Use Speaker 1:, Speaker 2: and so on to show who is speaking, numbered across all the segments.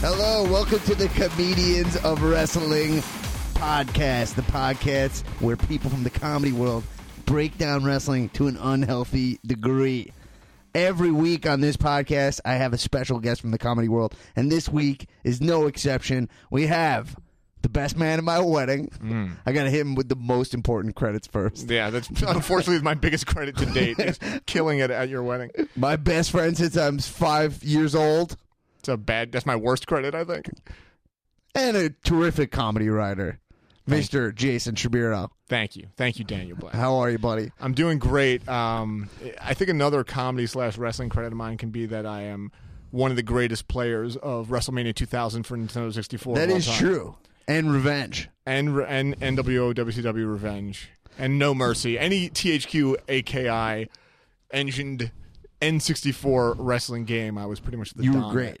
Speaker 1: Welcome to the Comedians of Wrestling podcast, the podcast where people from the comedy world break down wrestling to an unhealthy degree. Every week on this podcast, I have a special guest from the comedy world, and this week is no exception. We have the best man at my wedding. I got to hit him with the most important credits first.
Speaker 2: Yeah, that's unfortunately my biggest credit to date is killing it at your wedding.
Speaker 1: My best friend since I'm five years old,
Speaker 2: It's a bad. That's my worst credit, I think.
Speaker 1: and a terrific comedy writer, Mr. Jason Shapiro.
Speaker 2: Thank you, thank you, Daniel Black.
Speaker 1: How are you, buddy?
Speaker 2: I'm doing great. Um, I think another comedy slash wrestling credit of mine can be that I am one of the greatest players of WrestleMania 2000 for Nintendo 64.
Speaker 1: That
Speaker 2: of all
Speaker 1: is
Speaker 2: time.
Speaker 1: true. And revenge.
Speaker 2: And re- and NWO WCW Revenge and No Mercy. Any THQ AKI engined N64 wrestling game, I was pretty much the
Speaker 1: You were
Speaker 2: dominant.
Speaker 1: great.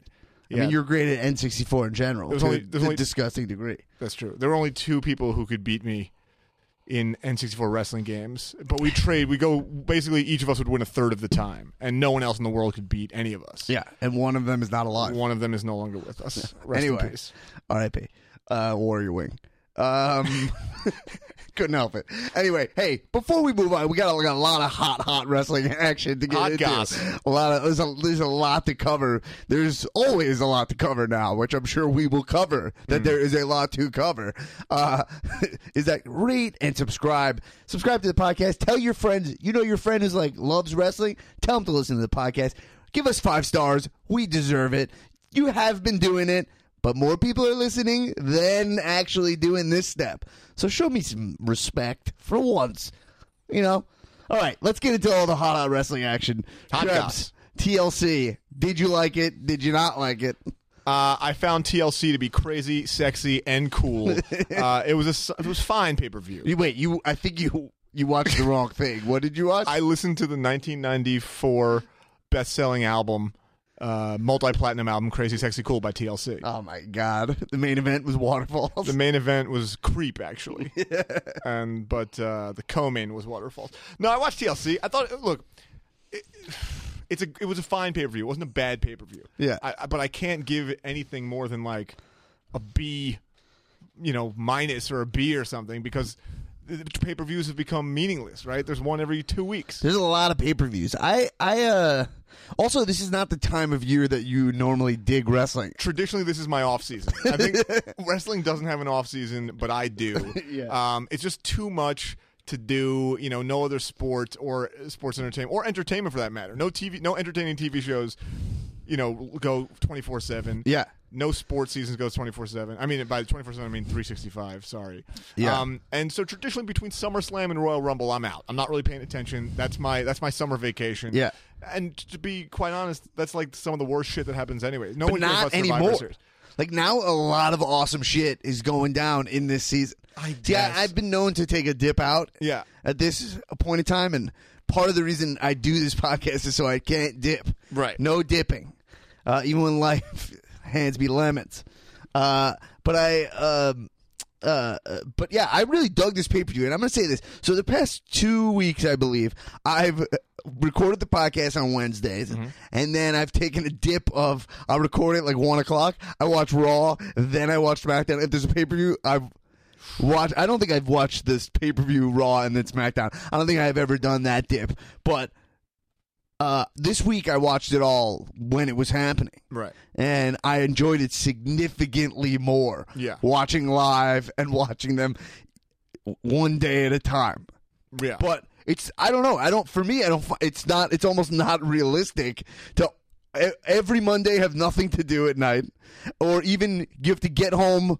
Speaker 1: I
Speaker 2: Yeah.
Speaker 1: mean, you were great at N64 in general.
Speaker 2: was
Speaker 1: to
Speaker 2: only-
Speaker 1: a-
Speaker 2: there
Speaker 1: to
Speaker 2: was
Speaker 1: a
Speaker 2: only-
Speaker 1: disgusting degree.
Speaker 2: That's true. There were only two people who could beat me in N64 wrestling games, but we trade. We go basically each of us would win a third of the time, and no one else in the world could beat any of us.
Speaker 1: Yeah, and one of them is not alive.
Speaker 2: one of them is no longer with us. Rest in
Speaker 1: anyway,
Speaker 2: peace.
Speaker 1: R.I.P. Uh, Warrior Wing. Um, couldn't help it. Anyway, hey, before we move on, we got, we got a lot of hot, hot wrestling action to get
Speaker 2: Hot
Speaker 1: into.
Speaker 2: goss.
Speaker 1: A lot of there's a, there's a lot to cover. There's always a lot to cover now, which I'm sure we will cover. That there is a lot to cover. Uh, is that rate and subscribe? Subscribe to the podcast. Tell your friends. You know your friend who's like loves wrestling. Tell them to listen to the podcast. Give us five stars. We deserve it. You have been doing it. But more people are listening than actually doing this step. So show me some respect for once. You know? All right, let's get into all the hot hot wrestling action.
Speaker 2: Hot
Speaker 1: Krebs,
Speaker 2: goss.
Speaker 1: TLC. Did you like it? Did you not like it?
Speaker 2: Uh, I found TLC to be crazy, sexy, and cool. uh, it was a s- it was fine pay per view.
Speaker 1: You, wait, you I think you you watched the wrong thing. What did you watch?
Speaker 2: I listened to the 1994 best selling album, uh, multi platinum album, Crazy, Sexy, Cool by TLC.
Speaker 1: oh my god. The main event was waterfalls.
Speaker 2: The main event was Creep, actually, and but uh, the co-main was Waterfalls. No, I watched TLC. I thought, look, it, it's a it was a fine pay per view. It wasn't a bad pay per view.
Speaker 1: Yeah.
Speaker 2: I, I- but I can't give anything more than like a B, you know, minus or a B or something because pay per views have become meaningless. Right? There's one every two weeks.
Speaker 1: There's a lot of pay-per-views. I I uh also this is not the time of year that you normally dig wrestling.
Speaker 2: traditionally this is my off season. I think wrestling doesn't have an off season, but I do.
Speaker 1: Yeah.
Speaker 2: Um, it's just too much to do. You know, no other sport or sports entertainment or entertainment for that matter. No TV, no entertaining TV shows. You know, go twenty four seven.
Speaker 1: Yeah.
Speaker 2: No sports seasons goes twenty four seven. I mean, by twenty four seven, I mean three sixty five. Sorry.
Speaker 1: Yeah.
Speaker 2: Um, and so traditionally between SummerSlam and Royal Rumble, I'm out. I'm not really paying attention. That's my that's my summer vacation.
Speaker 1: Yeah.
Speaker 2: And to be quite honest, that's like some of the worst shit that happens anyway. No
Speaker 1: But
Speaker 2: one cares
Speaker 1: not
Speaker 2: about Survivor
Speaker 1: anymore.
Speaker 2: Series.
Speaker 1: Like now, a lot of awesome shit is going down in this season.
Speaker 2: I
Speaker 1: Yeah,
Speaker 2: guess.
Speaker 1: I've been known to take a dip out.
Speaker 2: Yeah.
Speaker 1: At this point in time, and part of the reason I do this podcast is so I can't dip.
Speaker 2: Right.
Speaker 1: No dipping. Uh, even when life hands me lemons. Uh, but I. Um, uh, uh, but yeah, I really dug this pay per view, and I'm going to say this. So the past two weeks, I believe, I've uh, recorded the podcast on Wednesdays, and then I've taken a dip of I record it like one o'clock. I watch Raw, then I watch SmackDown. If there's a pay per view, I've watched. I don't think I've watched this pay per view Raw and then SmackDown. I don't think I've ever done that dip, but. Uh, this week I watched it all when it was happening
Speaker 2: Right.
Speaker 1: and I enjoyed it significantly more.
Speaker 2: Yeah.
Speaker 1: watching live and watching them one day at a time.
Speaker 2: Yeah.
Speaker 1: But it's I don't know. I don't for me. I don't. fi- It's not. It's almost not realistic to e- every Monday have nothing to do at night, or even you have to get home.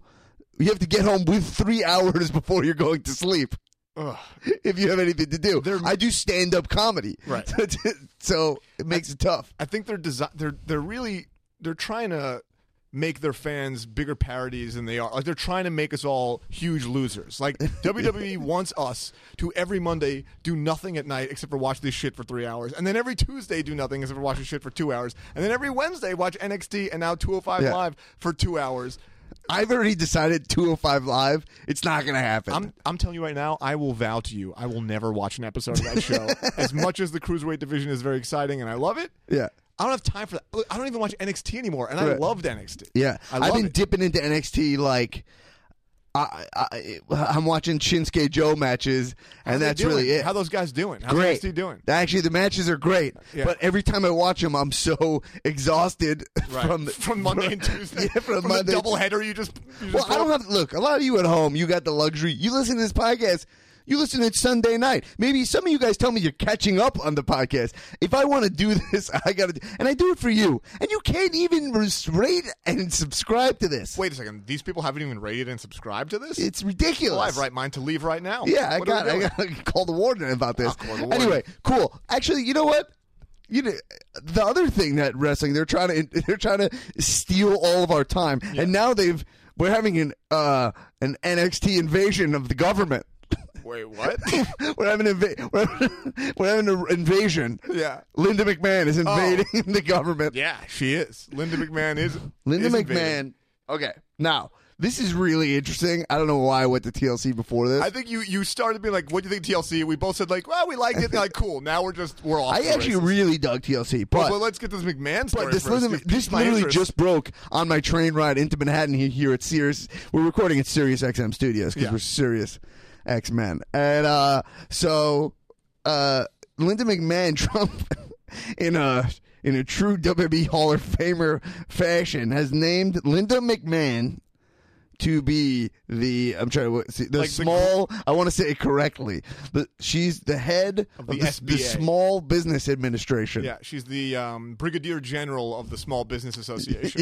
Speaker 1: You have to get home with three hours before you're going to sleep
Speaker 2: Ugh.
Speaker 1: if you have anything to do. I do stand up comedy,
Speaker 2: Right.
Speaker 1: So, it's- so it makes it tough.
Speaker 2: I think they're desi- they're they're really they're trying to make their fans bigger parodies than they are. Like they're trying to make us all huge losers. Like WWE wants us to every Monday do nothing at night except for watch this shit for 3 hours. And then every Tuesday do nothing except for watch this shit for 2 hours. And then every Wednesday watch NXT and now 205
Speaker 1: Yeah.
Speaker 2: live for 2 hours.
Speaker 1: I've already decided 205 Live, it's not going to happen.
Speaker 2: I'm I'm telling you right now, I will vow to you, I will never watch an episode of that show. as much as the Cruiserweight division is very exciting and I love it.
Speaker 1: yeah.
Speaker 2: I don't have time for that. Look, I don't even watch NXT anymore, and I
Speaker 1: Right.
Speaker 2: loved NXT.
Speaker 1: Yeah,
Speaker 2: I
Speaker 1: I've
Speaker 2: love
Speaker 1: been
Speaker 2: it.
Speaker 1: dipping into NXT like. I, I I'm watching Shinsuke Joe matches,
Speaker 2: How
Speaker 1: and
Speaker 2: they
Speaker 1: that's
Speaker 2: doing?
Speaker 1: really it.
Speaker 2: How those guys doing? How's
Speaker 1: great.
Speaker 2: NXT doing?
Speaker 1: Actually, the matches are great,
Speaker 2: Yeah.
Speaker 1: but every time I watch them, I'm so exhausted
Speaker 2: Right.
Speaker 1: from the,
Speaker 2: from Monday and Tuesday.
Speaker 1: Yeah, from, Monday.
Speaker 2: the double header you just. You
Speaker 1: Well,
Speaker 2: just
Speaker 1: I don't have look. A lot of you at home, you got the luxury. You listen to this podcast. You listen to it Sunday night. Maybe some of you guys tell me you're catching up on the podcast. If I want to do this, I got to, and I do it for you. And you can't even res- rate and subscribe to this.
Speaker 2: Wait a second. These people haven't even rated and subscribed to this.
Speaker 1: It's
Speaker 2: well, I
Speaker 1: ridiculous.
Speaker 2: have right mind to leave right now.
Speaker 1: Yeah, I
Speaker 2: What are we
Speaker 1: got. I
Speaker 2: doing?
Speaker 1: got to call the warden about this.
Speaker 2: I'll call the warden.
Speaker 1: Anyway, cool. Actually, you know what? You know, the other thing that wrestling they're trying to they're trying to steal all of our time, and now they've we're having an uh, an NXT invasion of the government.
Speaker 2: Wait, what?
Speaker 1: we're having inva- we're having, we're having an invasion.
Speaker 2: Yeah. Oh.
Speaker 1: Linda McMahon is invading the government.
Speaker 2: yeah, she is. Linda McMahon is.
Speaker 1: Linda
Speaker 2: is
Speaker 1: McMahon.
Speaker 2: invading.
Speaker 1: Okay, now this is really interesting. I don't know why I went to TLC before this.
Speaker 2: I think you you started being like, "What do you think TLC?" We both said like, "Well, we liked it." They're like, "Cool." Now we're just we're off.
Speaker 1: I
Speaker 2: to the
Speaker 1: actually
Speaker 2: races.
Speaker 1: really dug TLC,
Speaker 2: Well, but let's get this McMahon story.
Speaker 1: But this,
Speaker 2: first.
Speaker 1: literally,
Speaker 2: You've
Speaker 1: this
Speaker 2: piqued my
Speaker 1: literally
Speaker 2: interest.
Speaker 1: just broke on my train ride into Manhattan here, here at Sirius. We're recording at Sirius XM Studios because
Speaker 2: Yeah.
Speaker 1: we're Sirius X Men, and uh, so uh, Linda McMahon Trump in a in a true WWE Hall of Famer fashion has named Linda McMahon. To be the I'm trying to see, the
Speaker 2: Like the
Speaker 1: small I want to say it correctly. The, she's the head of
Speaker 2: the
Speaker 1: the, s- the
Speaker 2: SBA.
Speaker 1: Small Business Administration.
Speaker 2: yeah, she's the um, brigadier general of the Small Business Association.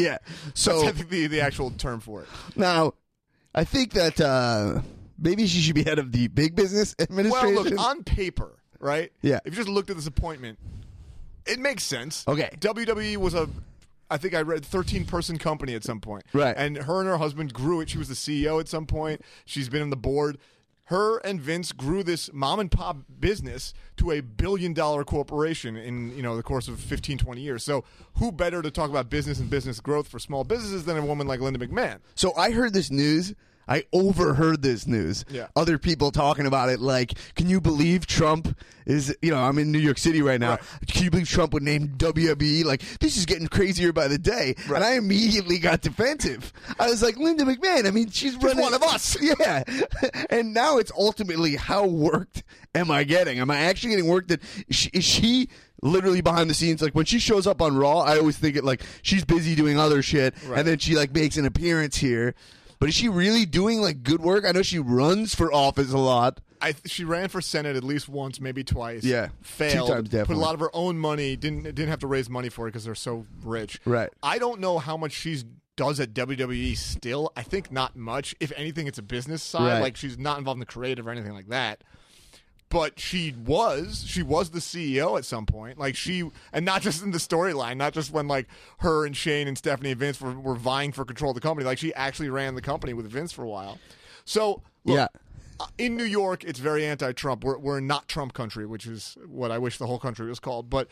Speaker 1: yeah. So
Speaker 2: That's, I think the, the actual term for it.
Speaker 1: Now, I think that uh, maybe she should be head of the big business
Speaker 2: Well,
Speaker 1: administration.
Speaker 2: look on paper, right?
Speaker 1: Yeah.
Speaker 2: If you just looked at this appointment, it makes sense.
Speaker 1: Okay.
Speaker 2: WWE was a, I think I read thirteen person company at some point.
Speaker 1: Right.
Speaker 2: And her and her husband grew it. She was the CEO at some point. She's been on the board. Her and Vince grew this mom and pop business to a billion dollar corporation in you know the course of 15, 20 years. So who better to talk about business and business growth for small businesses than a woman like Linda McMahon?
Speaker 1: so I heard this news. I overheard this news.
Speaker 2: Yeah.
Speaker 1: Other people talking about it, like, can you believe Trump is? You know, I'm in New York City right now. Can you believe Trump would name WWE? E? Like, this is getting crazier by the day. And I immediately got defensive. I was like, Linda McMahon. I mean, she's running
Speaker 2: one of us.
Speaker 1: Yeah. And now it's ultimately how worked am I getting? Am I actually getting worked? That she, is she literally behind the scenes? Like when she shows up on Raw, I always think it like she's busy doing other shit,
Speaker 2: Right.
Speaker 1: and then she like makes an appearance here. But is she really doing like good work? I know she runs for office a lot.
Speaker 2: I th- she ran for senate at least once, maybe twice.
Speaker 1: Yeah.
Speaker 2: failed.
Speaker 1: Two times,
Speaker 2: Put
Speaker 1: definitely.
Speaker 2: a lot of her own money. Didn't didn't have to raise money for it because they're so rich.
Speaker 1: Right.
Speaker 2: I don't know how much she's does at WWE still. I think not much. If anything, it's a business side.
Speaker 1: Right.
Speaker 2: Like she's not involved in the creative or anything like that. But she was she was the CEO at some point. Like she and not just in the storyline, not just when like her and Shane and Stephanie and Vince were, were vying for control of the company. Like she actually ran the company with Vince for a while. So look,
Speaker 1: Yeah.
Speaker 2: uh, in New York, it's very anti-Trump. We're we're not Trump country, which is what I wish the whole country was called. But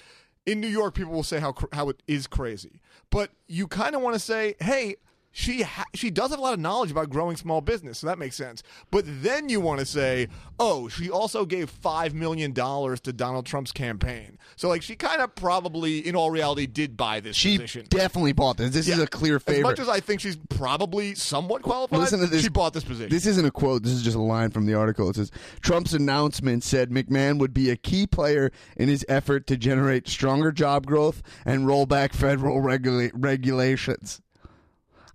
Speaker 2: in New York, people will say how cr- how it is crazy. But you kind of want to say, hey. She ha- she does have a lot of knowledge about growing small business, so that makes sense. But then you want to say, oh, she also gave five million dollars to Donald Trump's campaign. So like she kind of probably, in all reality, did buy this
Speaker 1: She
Speaker 2: position.
Speaker 1: definitely bought this. This is a clear
Speaker 2: As
Speaker 1: favorite.
Speaker 2: much as I think she's probably somewhat qualified,
Speaker 1: Listen to this-
Speaker 2: she bought this position.
Speaker 1: This isn't a quote. This is just a line from the article. It says Trump's announcement said McMahon would be a key player in his effort to generate stronger job growth and roll back federal regula- regulations.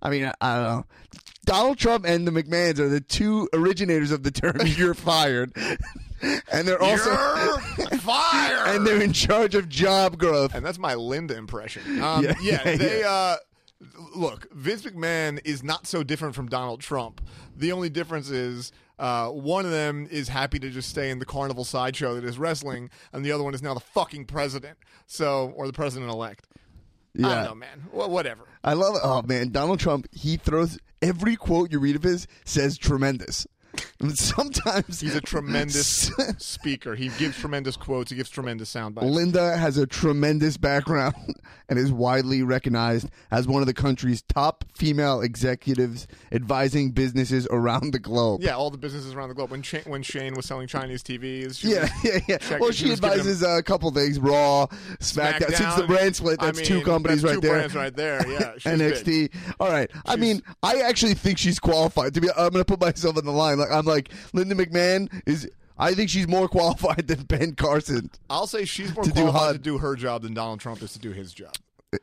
Speaker 1: I mean, I, I don't know. Donald Trump and the McMahons are the two originators of the term "you're fired," and they're also
Speaker 2: You're fired.
Speaker 1: and they're in charge of job growth.
Speaker 2: And that's my Linda impression. Um,
Speaker 1: Yeah,
Speaker 2: yeah,
Speaker 1: yeah,
Speaker 2: they. Uh, look, Vince McMahon is not so different from Donald Trump. The only difference is. Uh, one of them is happy to just stay in the carnival sideshow that is wrestling, and the other one is now the fucking president. So, or the president elect. I
Speaker 1: Yeah.
Speaker 2: don't know, man. Wha- whatever.
Speaker 1: I love it. Oh man, Donald Trump. He throws every quote you read of his says tremendous. Sometimes
Speaker 2: He's a tremendous speaker. He gives tremendous quotes. He gives tremendous sound bites.
Speaker 1: Linda has a tremendous background and is widely recognized as one of the country's top female executives advising businesses around the globe.
Speaker 2: Yeah, all the businesses around the globe. When Shane, when Shane was selling Chinese TVs, she
Speaker 1: Yeah,
Speaker 2: was-
Speaker 1: yeah, yeah.
Speaker 2: Check-
Speaker 1: well,
Speaker 2: she
Speaker 1: she
Speaker 2: was giving
Speaker 1: advises uh, a couple things: Raw, SmackDown. Since the
Speaker 2: SmackDown,
Speaker 1: brand split, that's
Speaker 2: I mean,
Speaker 1: two companies
Speaker 2: that's
Speaker 1: right
Speaker 2: two
Speaker 1: there.
Speaker 2: brands right there. Yeah, she's
Speaker 1: NXT.
Speaker 2: big.
Speaker 1: All right. I mean, I actually think she's qualified to be. I'm going to put myself on the line. Like I'm like Linda McMahon is. I think she's more qualified than Ben Carson.
Speaker 2: I'll say she's more
Speaker 1: To do
Speaker 2: qualified
Speaker 1: HUD.
Speaker 2: to do her job than Donald Trump is to do his job.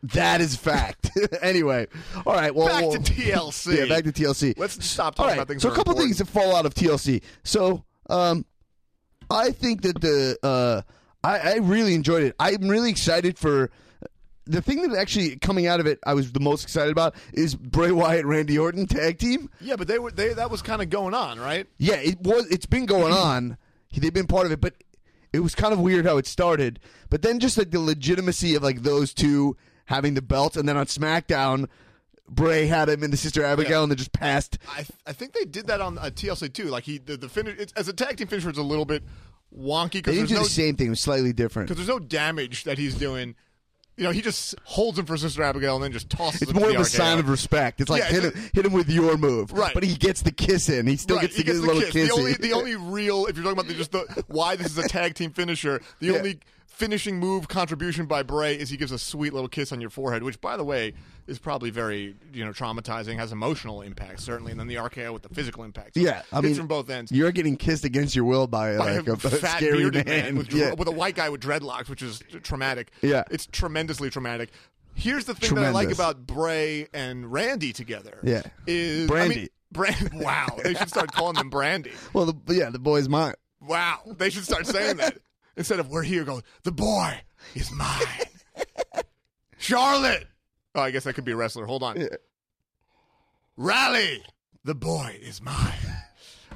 Speaker 1: That is fact. anyway, all right. Well,
Speaker 2: Back to
Speaker 1: we'll-
Speaker 2: TLC.
Speaker 1: Yeah, back Oh. to TLC.
Speaker 2: Let's stop
Speaker 1: all
Speaker 2: talking
Speaker 1: right.
Speaker 2: about things.
Speaker 1: so
Speaker 2: that
Speaker 1: a
Speaker 2: are
Speaker 1: couple
Speaker 2: important.
Speaker 1: things that fall out of TLC. So, um, I think that the uh, I, I really enjoyed it. I'm really excited for. The thing that actually coming out of it, I was the most excited about is Bray Wyatt Randy Orton tag team.
Speaker 2: Yeah, but they were they that was kind of going on, right?
Speaker 1: Yeah, it was. It's been going on. They've been part of it, but it was kind of weird how it started. But then just like the legitimacy of like those two having the belts, and then on SmackDown, Bray had him and the Sister Abigail, and they just passed.
Speaker 2: I I think they did that on uh, TLC too. Like he the, the finish it's, as a tag team finisher, it's a little bit wonky
Speaker 1: They
Speaker 2: because
Speaker 1: didn't
Speaker 2: there's
Speaker 1: do
Speaker 2: no
Speaker 1: the same thing. It was slightly different.
Speaker 2: because there's no damage that he's doing. You know, he just holds him for Sister Abigail and then just tosses.
Speaker 1: It's
Speaker 2: him to
Speaker 1: more
Speaker 2: the
Speaker 1: of a
Speaker 2: RKO.
Speaker 1: sign of respect. It's like
Speaker 2: Yeah,
Speaker 1: hit
Speaker 2: it's-
Speaker 1: him, hit him with your move,
Speaker 2: Right.
Speaker 1: But he gets the kiss in. He still
Speaker 2: Right,
Speaker 1: gets
Speaker 2: he
Speaker 1: to get
Speaker 2: gets
Speaker 1: his
Speaker 2: the
Speaker 1: little
Speaker 2: kiss.
Speaker 1: kiss.
Speaker 2: The only,
Speaker 1: in.
Speaker 2: the only real, if you're talking about the, just the why this is a tag team finisher, the
Speaker 1: Yeah.
Speaker 2: only finishing move contribution by Bray is he gives a sweet little kiss on your forehead, which, by the way, is probably very you know traumatizing, has emotional impact certainly, and then the RKO with the physical impact. So
Speaker 1: yeah, I
Speaker 2: hits
Speaker 1: mean,
Speaker 2: from both ends.
Speaker 1: You're getting kissed against your will by,
Speaker 2: By
Speaker 1: like a,
Speaker 2: a fat
Speaker 1: scary
Speaker 2: bearded
Speaker 1: man.
Speaker 2: man, with,
Speaker 1: yeah.
Speaker 2: with a white guy with dreadlocks, which is traumatic.
Speaker 1: Yeah.
Speaker 2: it's tremendously traumatic. Here's the thing that I like
Speaker 1: Tremendous.
Speaker 2: about Bray and Randy together.
Speaker 1: Yeah.
Speaker 2: is I mean,
Speaker 1: Brandy.
Speaker 2: Brand, wow, they should start calling them Brandy.
Speaker 1: well, the, yeah, the boy's mine.
Speaker 2: Wow, they should start saying that instead of "We're here." Go, the boy is mine. Charlotte. Oh, I guess that could be a wrestler. Hold on.
Speaker 1: Yeah.
Speaker 2: Rally. The boy is mine.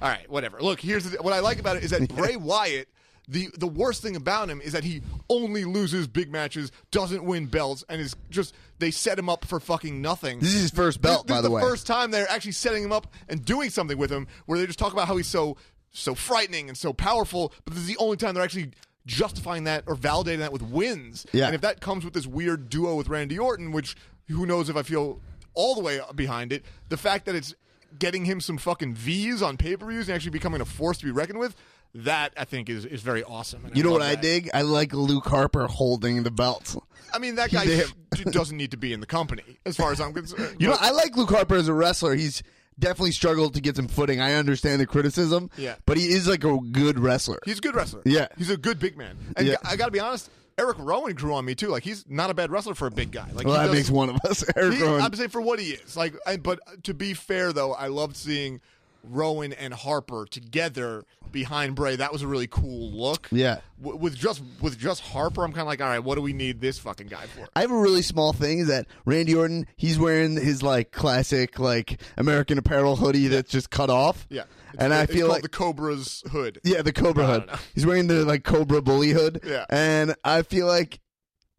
Speaker 2: All right, whatever. Look, here's the, what I like about it is that Bray Wyatt. The, the worst thing about him is that he only loses big matches, doesn't win belts, and is just they set him up for fucking nothing.
Speaker 1: This is his first belt,
Speaker 2: This- this
Speaker 1: by
Speaker 2: is
Speaker 1: the way.
Speaker 2: First time they're actually setting him up and doing something with him, where they just talk about how he's so so frightening and so powerful. But this is the only time they're actually justifying that or validating that with wins.
Speaker 1: Yeah.
Speaker 2: And if that comes with this weird duo with Randy Orton, which who knows if I feel all the way behind it, the fact that it's getting him some fucking V's on pay per views and actually becoming a force to be reckoned with. That I think is, is very awesome. and
Speaker 1: You know
Speaker 2: love
Speaker 1: what I
Speaker 2: that.
Speaker 1: dig? I like Luke Harper holding the belt.
Speaker 2: I mean, that guy
Speaker 1: did.
Speaker 2: sh- doesn't need to be in the company, as far as I'm concerned.
Speaker 1: You know, I like Luke Harper as a wrestler. He's definitely struggled to get some footing. I understand the criticism,
Speaker 2: Yeah.
Speaker 1: but he is like a good wrestler.
Speaker 2: He's a good wrestler.
Speaker 1: Yeah.
Speaker 2: he's a good big man. And
Speaker 1: Yeah.
Speaker 2: I got to be honest, Eric Rowan grew on me too. Like he's not a bad wrestler for a big guy. Like
Speaker 1: well,
Speaker 2: he
Speaker 1: that
Speaker 2: does-
Speaker 1: makes one of us. Eric
Speaker 2: he-
Speaker 1: Rowan.
Speaker 2: I'm saying for what he is. Like, I, but to be fair though, I loved seeing Rowan and Harper together behind Bray. That was a really cool look.
Speaker 1: Yeah.
Speaker 2: W- with just with just Harper, I'm kind of like, all right, what do we need this fucking guy for?
Speaker 1: I have a really small thing is that Randy Orton, he's wearing his like classic like American Apparel hoodie that's just cut off.
Speaker 2: Yeah, It's-
Speaker 1: and I
Speaker 2: it's
Speaker 1: feel
Speaker 2: called
Speaker 1: like
Speaker 2: the Cobra's hood.
Speaker 1: Yeah, the Cobra
Speaker 2: I
Speaker 1: hood.
Speaker 2: don't know.
Speaker 1: He's wearing the like Cobra bully hood.
Speaker 2: Yeah.
Speaker 1: And I feel like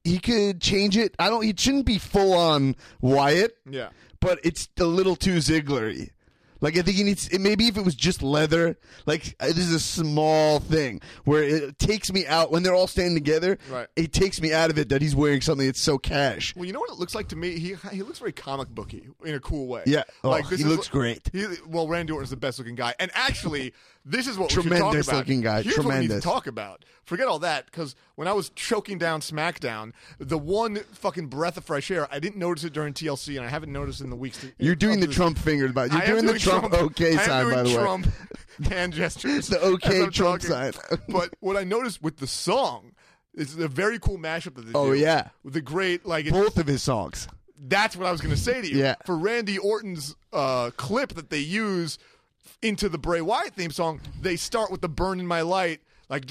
Speaker 1: he could change it. I don't it shouldn't be full on Wyatt,
Speaker 2: Yeah.
Speaker 1: but it's a little too Zigglery. Like I think he needs it, maybe if it was just leather, like uh, this is a small thing where it takes me out when they're all standing together.
Speaker 2: Right.
Speaker 1: It takes me out of it that he's wearing something that's so cash.
Speaker 2: Well, you know what it looks like to me. He he looks very comic booky in a cool way.
Speaker 1: Yeah. Oh, he looks great.
Speaker 2: He, well, Randy Orton's the best looking guy, and actually, this is what we should
Speaker 1: Tremendous
Speaker 2: talk about.
Speaker 1: looking guy,
Speaker 2: Here's what we need to
Speaker 1: tremendous.
Speaker 2: talk about. Forget all that because when I was choking down SmackDown, the one fucking breath of fresh air I didn't notice it during TLC, and I haven't noticed in the weeks. that-
Speaker 1: You're doing the
Speaker 2: up to-
Speaker 1: Trump fingers, by you're
Speaker 2: I am
Speaker 1: doing, the Trump, okay
Speaker 2: I am
Speaker 1: sign,
Speaker 2: doing
Speaker 1: by the way.
Speaker 2: Trump hand gestures.
Speaker 1: The okay
Speaker 2: as I'm
Speaker 1: Trump
Speaker 2: talking.
Speaker 1: sign.
Speaker 2: but what I noticed with the song. is a very cool mashup that they
Speaker 1: Oh,
Speaker 2: do.
Speaker 1: yeah.
Speaker 2: With the great like it's-
Speaker 1: Both of his songs.
Speaker 2: that's what I was going to say to you.
Speaker 1: Yeah.
Speaker 2: For Randy Orton's uh, clip that they use into the Bray Wyatt theme song, they start with the "Burn in My Light," like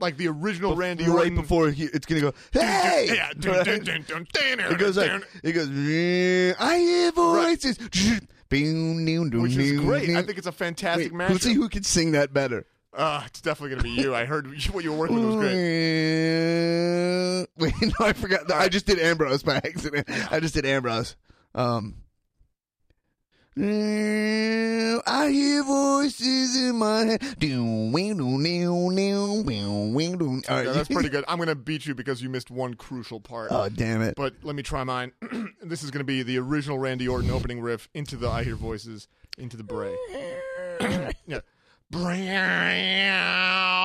Speaker 2: like the original Randy
Speaker 1: right
Speaker 2: Orton.
Speaker 1: before he, it's gonna go. Hey,
Speaker 2: yeah, dun, dun, dun, dun, dun, dun,
Speaker 1: it goes
Speaker 2: dun.
Speaker 1: like it goes. "Yeah, I hear voices, which
Speaker 2: which is great. I think it's a fantastic match.
Speaker 1: Let's see who can sing that better.
Speaker 2: uh, it's definitely going to be you. I heard what you were working with was great.
Speaker 1: Wait, no, I forgot. No, I just did Ambrose by accident. I just did Ambrose. Um, Mm, I hear voices in my head. Doo, wing, doo, doo, doo, wing, wing, doo. All right.
Speaker 2: Yeah, that's pretty good. I'm going to beat you because you missed one crucial part.
Speaker 1: Oh, damn it.
Speaker 2: but let me try mine. this is going to be the original Randy Orton opening riff into the I Hear Voices, into the Bray. yeah. Bray,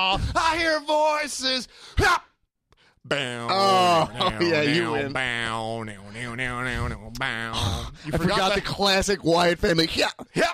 Speaker 2: I hear voices. Ha! Bow,
Speaker 1: Oh,
Speaker 2: now,
Speaker 1: yeah, you
Speaker 2: now,
Speaker 1: win.
Speaker 2: Bow, now, now, now, now, now, bow. You
Speaker 1: I forgot, the classic Wyatt family. Yeah.
Speaker 2: Yep.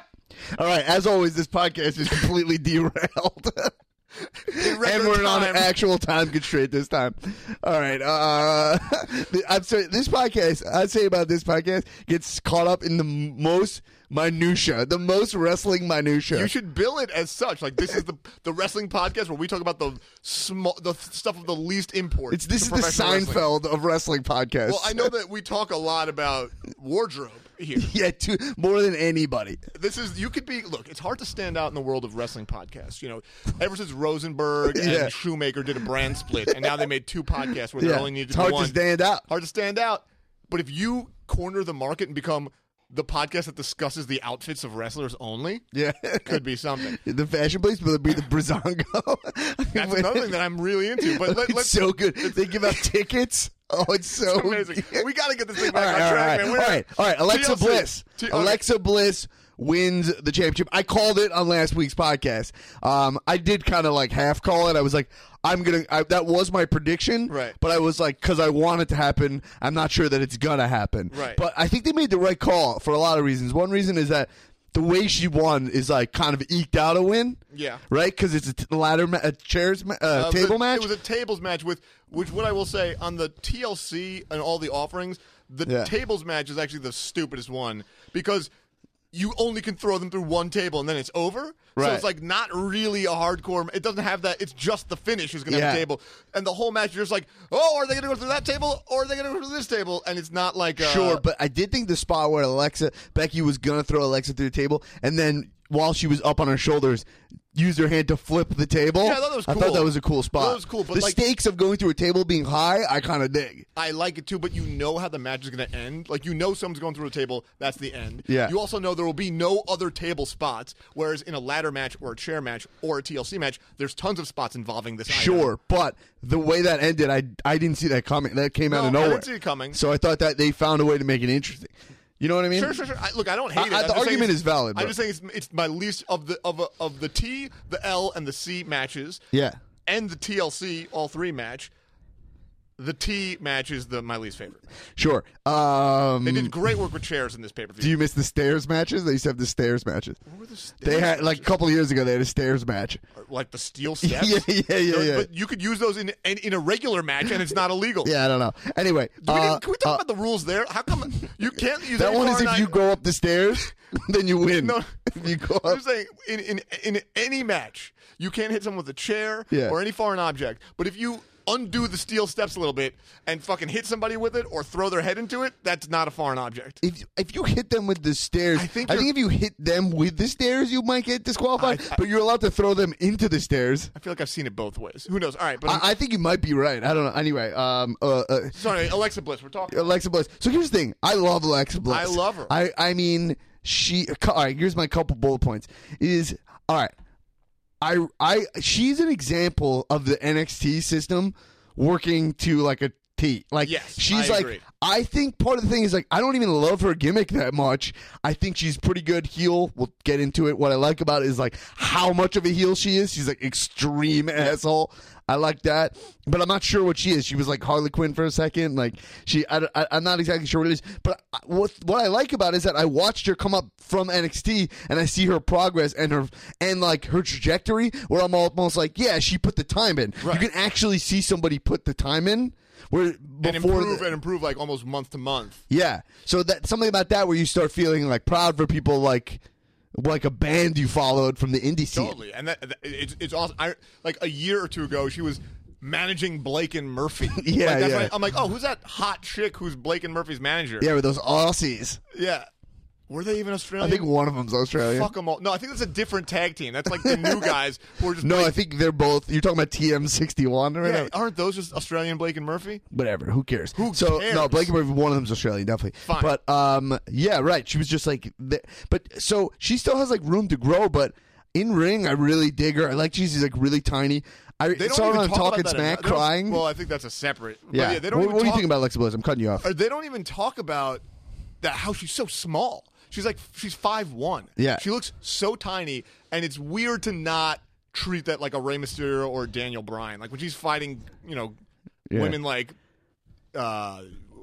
Speaker 1: All right. As always, this podcast is completely derailed. and we're on an
Speaker 2: time.
Speaker 1: actual time constraint this time. All right. Uh, I'm sorry. This podcast, I'd say about this podcast, gets caught up in the m- most minutia, the most wrestling minutia.
Speaker 2: You should bill it as such. Like this is the the wrestling podcast where we talk about the small, the stuff of the least import.
Speaker 1: it's this is
Speaker 2: to
Speaker 1: the
Speaker 2: professional wrestling.
Speaker 1: Seinfeld of wrestling podcasts.
Speaker 2: Well, I know that we talk a lot about wardrobe here.
Speaker 1: Yeah, too, more than anybody.
Speaker 2: This is you could be look. It's hard to stand out in the world of wrestling podcasts. You know, ever since Rosenberg and
Speaker 1: Yeah.
Speaker 2: Shoemaker did a brand split, and now they made two podcasts where there
Speaker 1: yeah,
Speaker 2: only needed
Speaker 1: it's
Speaker 2: to be
Speaker 1: hard
Speaker 2: one.
Speaker 1: to stand out.
Speaker 2: hard to stand out. But if you corner the market and become the podcast that discusses the outfits of wrestlers only,
Speaker 1: Yeah,
Speaker 2: could be something.
Speaker 1: the fashion place will be the Brazongo.
Speaker 2: That's another thing that I'm really into. But let,
Speaker 1: it's
Speaker 2: let's
Speaker 1: so good. They give out tickets. Oh, it's so
Speaker 2: amazing. We got to get this thing
Speaker 1: All
Speaker 2: back
Speaker 1: right,
Speaker 2: on
Speaker 1: all
Speaker 2: track,
Speaker 1: right,
Speaker 2: man.
Speaker 1: all
Speaker 2: We're-
Speaker 1: right, all right. Alexa
Speaker 2: TLC.
Speaker 1: Bliss.
Speaker 2: T- okay.
Speaker 1: Alexa Bliss wins the championship. I called it on last week's podcast. Um, I did kind of like half call it. I was like, I'm gonna. I, that was my prediction,
Speaker 2: Right.
Speaker 1: But I was like, because I want it to happen. I'm not sure that it's gonna happen,
Speaker 2: Right.
Speaker 1: But I think they made the right call for a lot of reasons. One reason is that. The way she won is like kind of eked out a win,
Speaker 2: Yeah.
Speaker 1: right? Because it's a t- ladder, ma- a chairs, ma- uh,
Speaker 2: Uh,
Speaker 1: table
Speaker 2: the-
Speaker 1: match.
Speaker 2: It was a tables match with which what I will say on the TLC and all the offerings, the
Speaker 1: Yeah.
Speaker 2: tables match is actually the stupidest one because you only can throw them through one table and then it's over. So
Speaker 1: Right.
Speaker 2: it's like not really a hardcore. It doesn't have that. It's just the finish who's going to have a
Speaker 1: Yeah.
Speaker 2: table, and the whole match you're just like, oh, are they going to go through that table or are they going to go through this table? And it's not like uh,
Speaker 1: Sure, but I did think the spot where Alexa Becky was gonna throw Alexa through the table, and then while she was up on her shoulders, used her hand to flip the table.
Speaker 2: Yeah, I thought that was
Speaker 1: I
Speaker 2: cool.
Speaker 1: thought that was a cool spot.
Speaker 2: That was cool, but,
Speaker 1: the
Speaker 2: like-
Speaker 1: stakes of going through a table being high, I kind of dig.
Speaker 2: I like it too, but you know how the match is going to end. Like you know someone's going through a table. That's the end.
Speaker 1: Yeah.
Speaker 2: You also know there will be no other table spots. Whereas in a ladder match or a chair match or a TLC match, there's tons of spots involving this. item.
Speaker 1: Sure, but the way that ended, I I didn't see that coming. That came out
Speaker 2: No,
Speaker 1: of
Speaker 2: I
Speaker 1: nowhere.
Speaker 2: didn't see it coming.
Speaker 1: So I thought that they found a way to make it interesting. You know what I mean?
Speaker 2: Sure, sure, sure. I, look, I don't
Speaker 1: I-
Speaker 2: hate it.
Speaker 1: I- the
Speaker 2: I'm just saying
Speaker 1: argument
Speaker 2: it's-
Speaker 1: is valid,
Speaker 2: I'm
Speaker 1: bro.
Speaker 2: just saying it's, it's my least of the of of the T, the L, and the C matches.
Speaker 1: Yeah.
Speaker 2: And the TLC, all three match. The T match is the my least favorite.
Speaker 1: Sure. Um,
Speaker 2: They did great work with chairs in this pay per
Speaker 1: do
Speaker 2: view.
Speaker 1: you miss the stairs matches? They used to have the stairs matches. They had like a couple years ago. They had a stairs match.
Speaker 2: like the steel steps.
Speaker 1: Yeah, yeah, yeah,
Speaker 2: They're-
Speaker 1: yeah.
Speaker 2: But you could use those in, in in a regular match, and it's not illegal.
Speaker 1: Yeah, I don't know. Anyway,
Speaker 2: Do we-
Speaker 1: uh,
Speaker 2: can we talk about the rules there? How come you can't use
Speaker 1: That
Speaker 2: any
Speaker 1: one is
Speaker 2: foreign
Speaker 1: if you
Speaker 2: i-
Speaker 1: go up the stairs, then you win.
Speaker 2: "Oh, No.
Speaker 1: If you go
Speaker 2: I'm
Speaker 1: up,
Speaker 2: just saying, in, in in any match, you can't hit someone with a chair
Speaker 1: Yeah.
Speaker 2: or any foreign object. But if you undo the steel steps a little bit and fucking hit somebody with it or throw their head into it, that's not a foreign object.
Speaker 1: if if you hit them with the stairs,
Speaker 2: I think
Speaker 1: if you hit them with the stairs, you might get disqualified.
Speaker 2: I- I-
Speaker 1: but you're allowed to throw them into the stairs.
Speaker 2: I feel like I've seen it both ways. Who knows? All right, but I'm-
Speaker 1: I, I think you might be right. I don't know. Anyway, um, uh, uh,
Speaker 2: sorry, Alexa Bliss, we're talking.
Speaker 1: Alexa Bliss. So here's the thing. I love Alexa Bliss.
Speaker 2: I love her.
Speaker 1: I I mean, she. All right. Here's my couple bullet points. Is all right. I I she's an example of the NXT system working to like a T. Like
Speaker 2: Yes,
Speaker 1: she's
Speaker 2: I
Speaker 1: like
Speaker 2: agree.
Speaker 1: I think part of the thing is like I don't even love her gimmick that much. I think she's pretty good heel. We'll get into it. What I like about it is like how much of a heel she is. She's like extreme asshole. I like that, but I'm not sure what she is. She was like Harley Quinn for a second. Like she, I, am not exactly sure what it is. But I- what what I like about it is that I watched her come up from NXT and I see her progress and her and like her trajectory. Where I'm almost like, yeah, she put the time in.
Speaker 2: Right.
Speaker 1: You can actually see somebody put the time in. Where before
Speaker 2: and improve
Speaker 1: the-
Speaker 2: and improve like almost month to month.
Speaker 1: yeah. So that something about that where you start feeling like proud for people like like a band you followed from the indie scene.
Speaker 2: Totally, and that, that- it's it's awesome. I like a year or two ago, she was managing Blake and Murphy.
Speaker 1: Yeah,
Speaker 2: Like, that's
Speaker 1: yeah.
Speaker 2: why I'm like, oh, who's that hot chick who's Blake and Murphy's manager?
Speaker 1: Yeah, with those Aussies.
Speaker 2: Yeah. Were they
Speaker 1: I
Speaker 2: even Australian?
Speaker 1: think one of them's Australian.
Speaker 2: Fuck them all. No, I think that's a different tag team. That's like the new guys who are just.
Speaker 1: No, I think they're both. You're talking about TM61 or
Speaker 2: Yeah,
Speaker 1: whatever.
Speaker 2: aren't those just Australian Blake and Murphy?
Speaker 1: Whatever. Who cares?
Speaker 2: Who
Speaker 1: so, No,
Speaker 2: cares?
Speaker 1: Blake and Murphy. One of them's Australian, definitely.
Speaker 2: Fine.
Speaker 1: But um, yeah, right. She was just like, th- but so she still has like room to grow. But in ring, I really dig her. I like she's, she's like really tiny. I
Speaker 2: They don't
Speaker 1: saw her
Speaker 2: even
Speaker 1: on
Speaker 2: talk
Speaker 1: Talking
Speaker 2: about that
Speaker 1: Smack
Speaker 2: enough. They don't-
Speaker 1: crying.
Speaker 2: Well, I think that's a separate. but
Speaker 1: yeah.
Speaker 2: they don't
Speaker 1: what
Speaker 2: even
Speaker 1: what do you
Speaker 2: talk-
Speaker 1: think about Alexa Bliss? I'm cutting you off.
Speaker 2: or they don't even talk about that how she's so small. She's like she's five one.
Speaker 1: Yeah.
Speaker 2: she looks so tiny, and it's weird to not treat that like a Rey Mysterio or Daniel Bryan. Like when she's fighting, you know,
Speaker 1: Yeah.
Speaker 2: women like uh,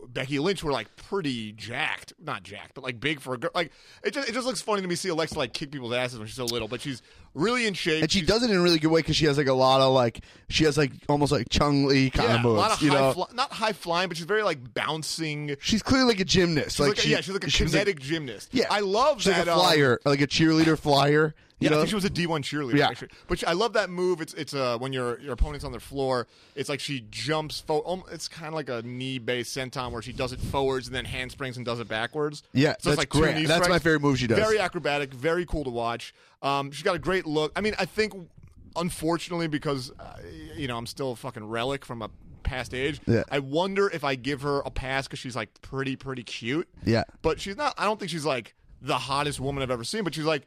Speaker 2: Becky Lynch were like pretty jacked, not jacked, but like big for a girl. Like it just it just looks funny to me see Alexa like kick people's asses when she's so little, but she's really in shape.
Speaker 1: and she does it in a really good way because she has like a lot of like she has like almost like Chung Lee kind
Speaker 2: yeah,
Speaker 1: of
Speaker 2: a
Speaker 1: moves.
Speaker 2: lot of
Speaker 1: you
Speaker 2: high
Speaker 1: know,
Speaker 2: fly, not high flying, but she's very like bouncing.
Speaker 1: she's clearly like a gymnast.
Speaker 2: She's
Speaker 1: like,
Speaker 2: like,
Speaker 1: she,
Speaker 2: yeah, she's like a
Speaker 1: she was,
Speaker 2: kinetic gymnast.
Speaker 1: yeah,
Speaker 2: I love
Speaker 1: she's
Speaker 2: that.
Speaker 1: like a
Speaker 2: um,
Speaker 1: flyer, like a cheerleader flyer. You
Speaker 2: Yeah, I
Speaker 1: know,
Speaker 2: think she was a D one cheerleader.
Speaker 1: Yeah.
Speaker 2: actually. but she, I love that move. It's it's uh, when your your opponent's on their floor. It's like she jumps. Fo- um, it's kind of like a knee based senton where she does it forwards and then handsprings and does it backwards.
Speaker 1: Yeah,
Speaker 2: so
Speaker 1: that's
Speaker 2: it's like two
Speaker 1: great.
Speaker 2: knee
Speaker 1: That's
Speaker 2: strikes.
Speaker 1: my favorite move she does.
Speaker 2: Very acrobatic, very cool to watch. Um, she's got a great look. I mean, I think unfortunately because uh, you know I'm still a fucking relic from a past age.
Speaker 1: Yeah.
Speaker 2: I wonder if I give her a pass because she's like pretty pretty cute.
Speaker 1: Yeah.
Speaker 2: but she's not. I don't think she's like the hottest woman I've ever seen. But she's like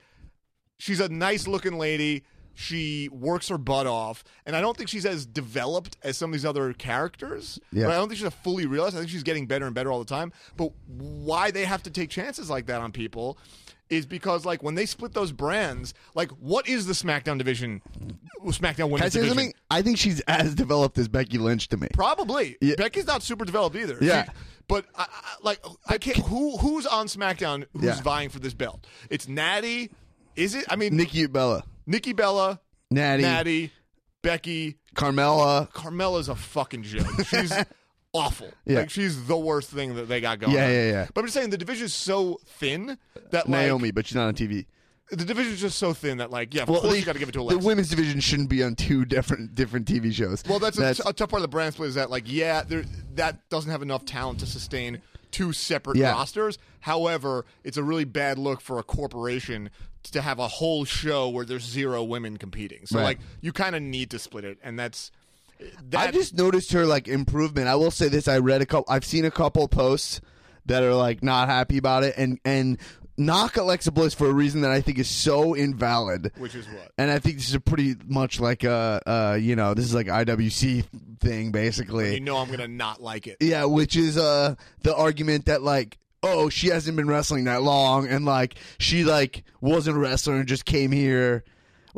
Speaker 2: she's a nice looking lady. She works her butt off, and I don't think she's as developed as some of these other characters.
Speaker 1: Yeah.
Speaker 2: But I don't think she's a fully realized. I think she's getting better and better all the time. But why they have to take chances like that on people is because, like, when they split those brands, like, what is the SmackDown division? SmackDown
Speaker 1: Can I
Speaker 2: Women's
Speaker 1: say
Speaker 2: division?
Speaker 1: something? I think she's as developed as Becky Lynch to me.
Speaker 2: Probably. Becky's not super developed either.
Speaker 1: Yeah.
Speaker 2: She- but I, I, like I can't. Who who's on SmackDown? Who's
Speaker 1: Yeah.
Speaker 2: vying for this belt? It's Natty. Is it? I mean,
Speaker 1: Nikki Bella,
Speaker 2: Nikki Bella,
Speaker 1: Natty,
Speaker 2: Natty, Becky.
Speaker 1: Carmella.
Speaker 2: Carmella's a fucking joke. She's awful.
Speaker 1: Yeah.
Speaker 2: Like she's the worst thing that they got going.
Speaker 1: Yeah,
Speaker 2: on.
Speaker 1: yeah, yeah.
Speaker 2: But I'm just saying the division is so thin that like,
Speaker 1: Naomi, but she's not on TV.
Speaker 2: The division is just so thin that like yeah, of
Speaker 1: Well,
Speaker 2: course
Speaker 1: the-
Speaker 2: you got to give it to
Speaker 1: the
Speaker 2: Alexa.
Speaker 1: women's division shouldn't be on two different different TV shows.
Speaker 2: well, that's, a, t- a tough part of the brand split is that like yeah, there, that doesn't have enough talent to sustain two separate
Speaker 1: Yeah.
Speaker 2: rosters. However, it's a really bad look for a corporation to have a whole show where there's zero women competing. So
Speaker 1: Right.
Speaker 2: like you kind of need to split it, and that's
Speaker 1: I
Speaker 2: that.
Speaker 1: just noticed her like improvement. I will say this: I read a couple. I've seen a couple posts that are like not happy about it, and and knock Alexa Bliss for a reason that I think is so invalid.
Speaker 2: which is what
Speaker 1: And I think this is a pretty much like a uh, you know this is like IWC thing basically.
Speaker 2: you know I'm gonna not like it.
Speaker 1: Yeah, which is uh the argument that like oh she hasn't been wrestling that long and like she like wasn't a wrestler and just came here.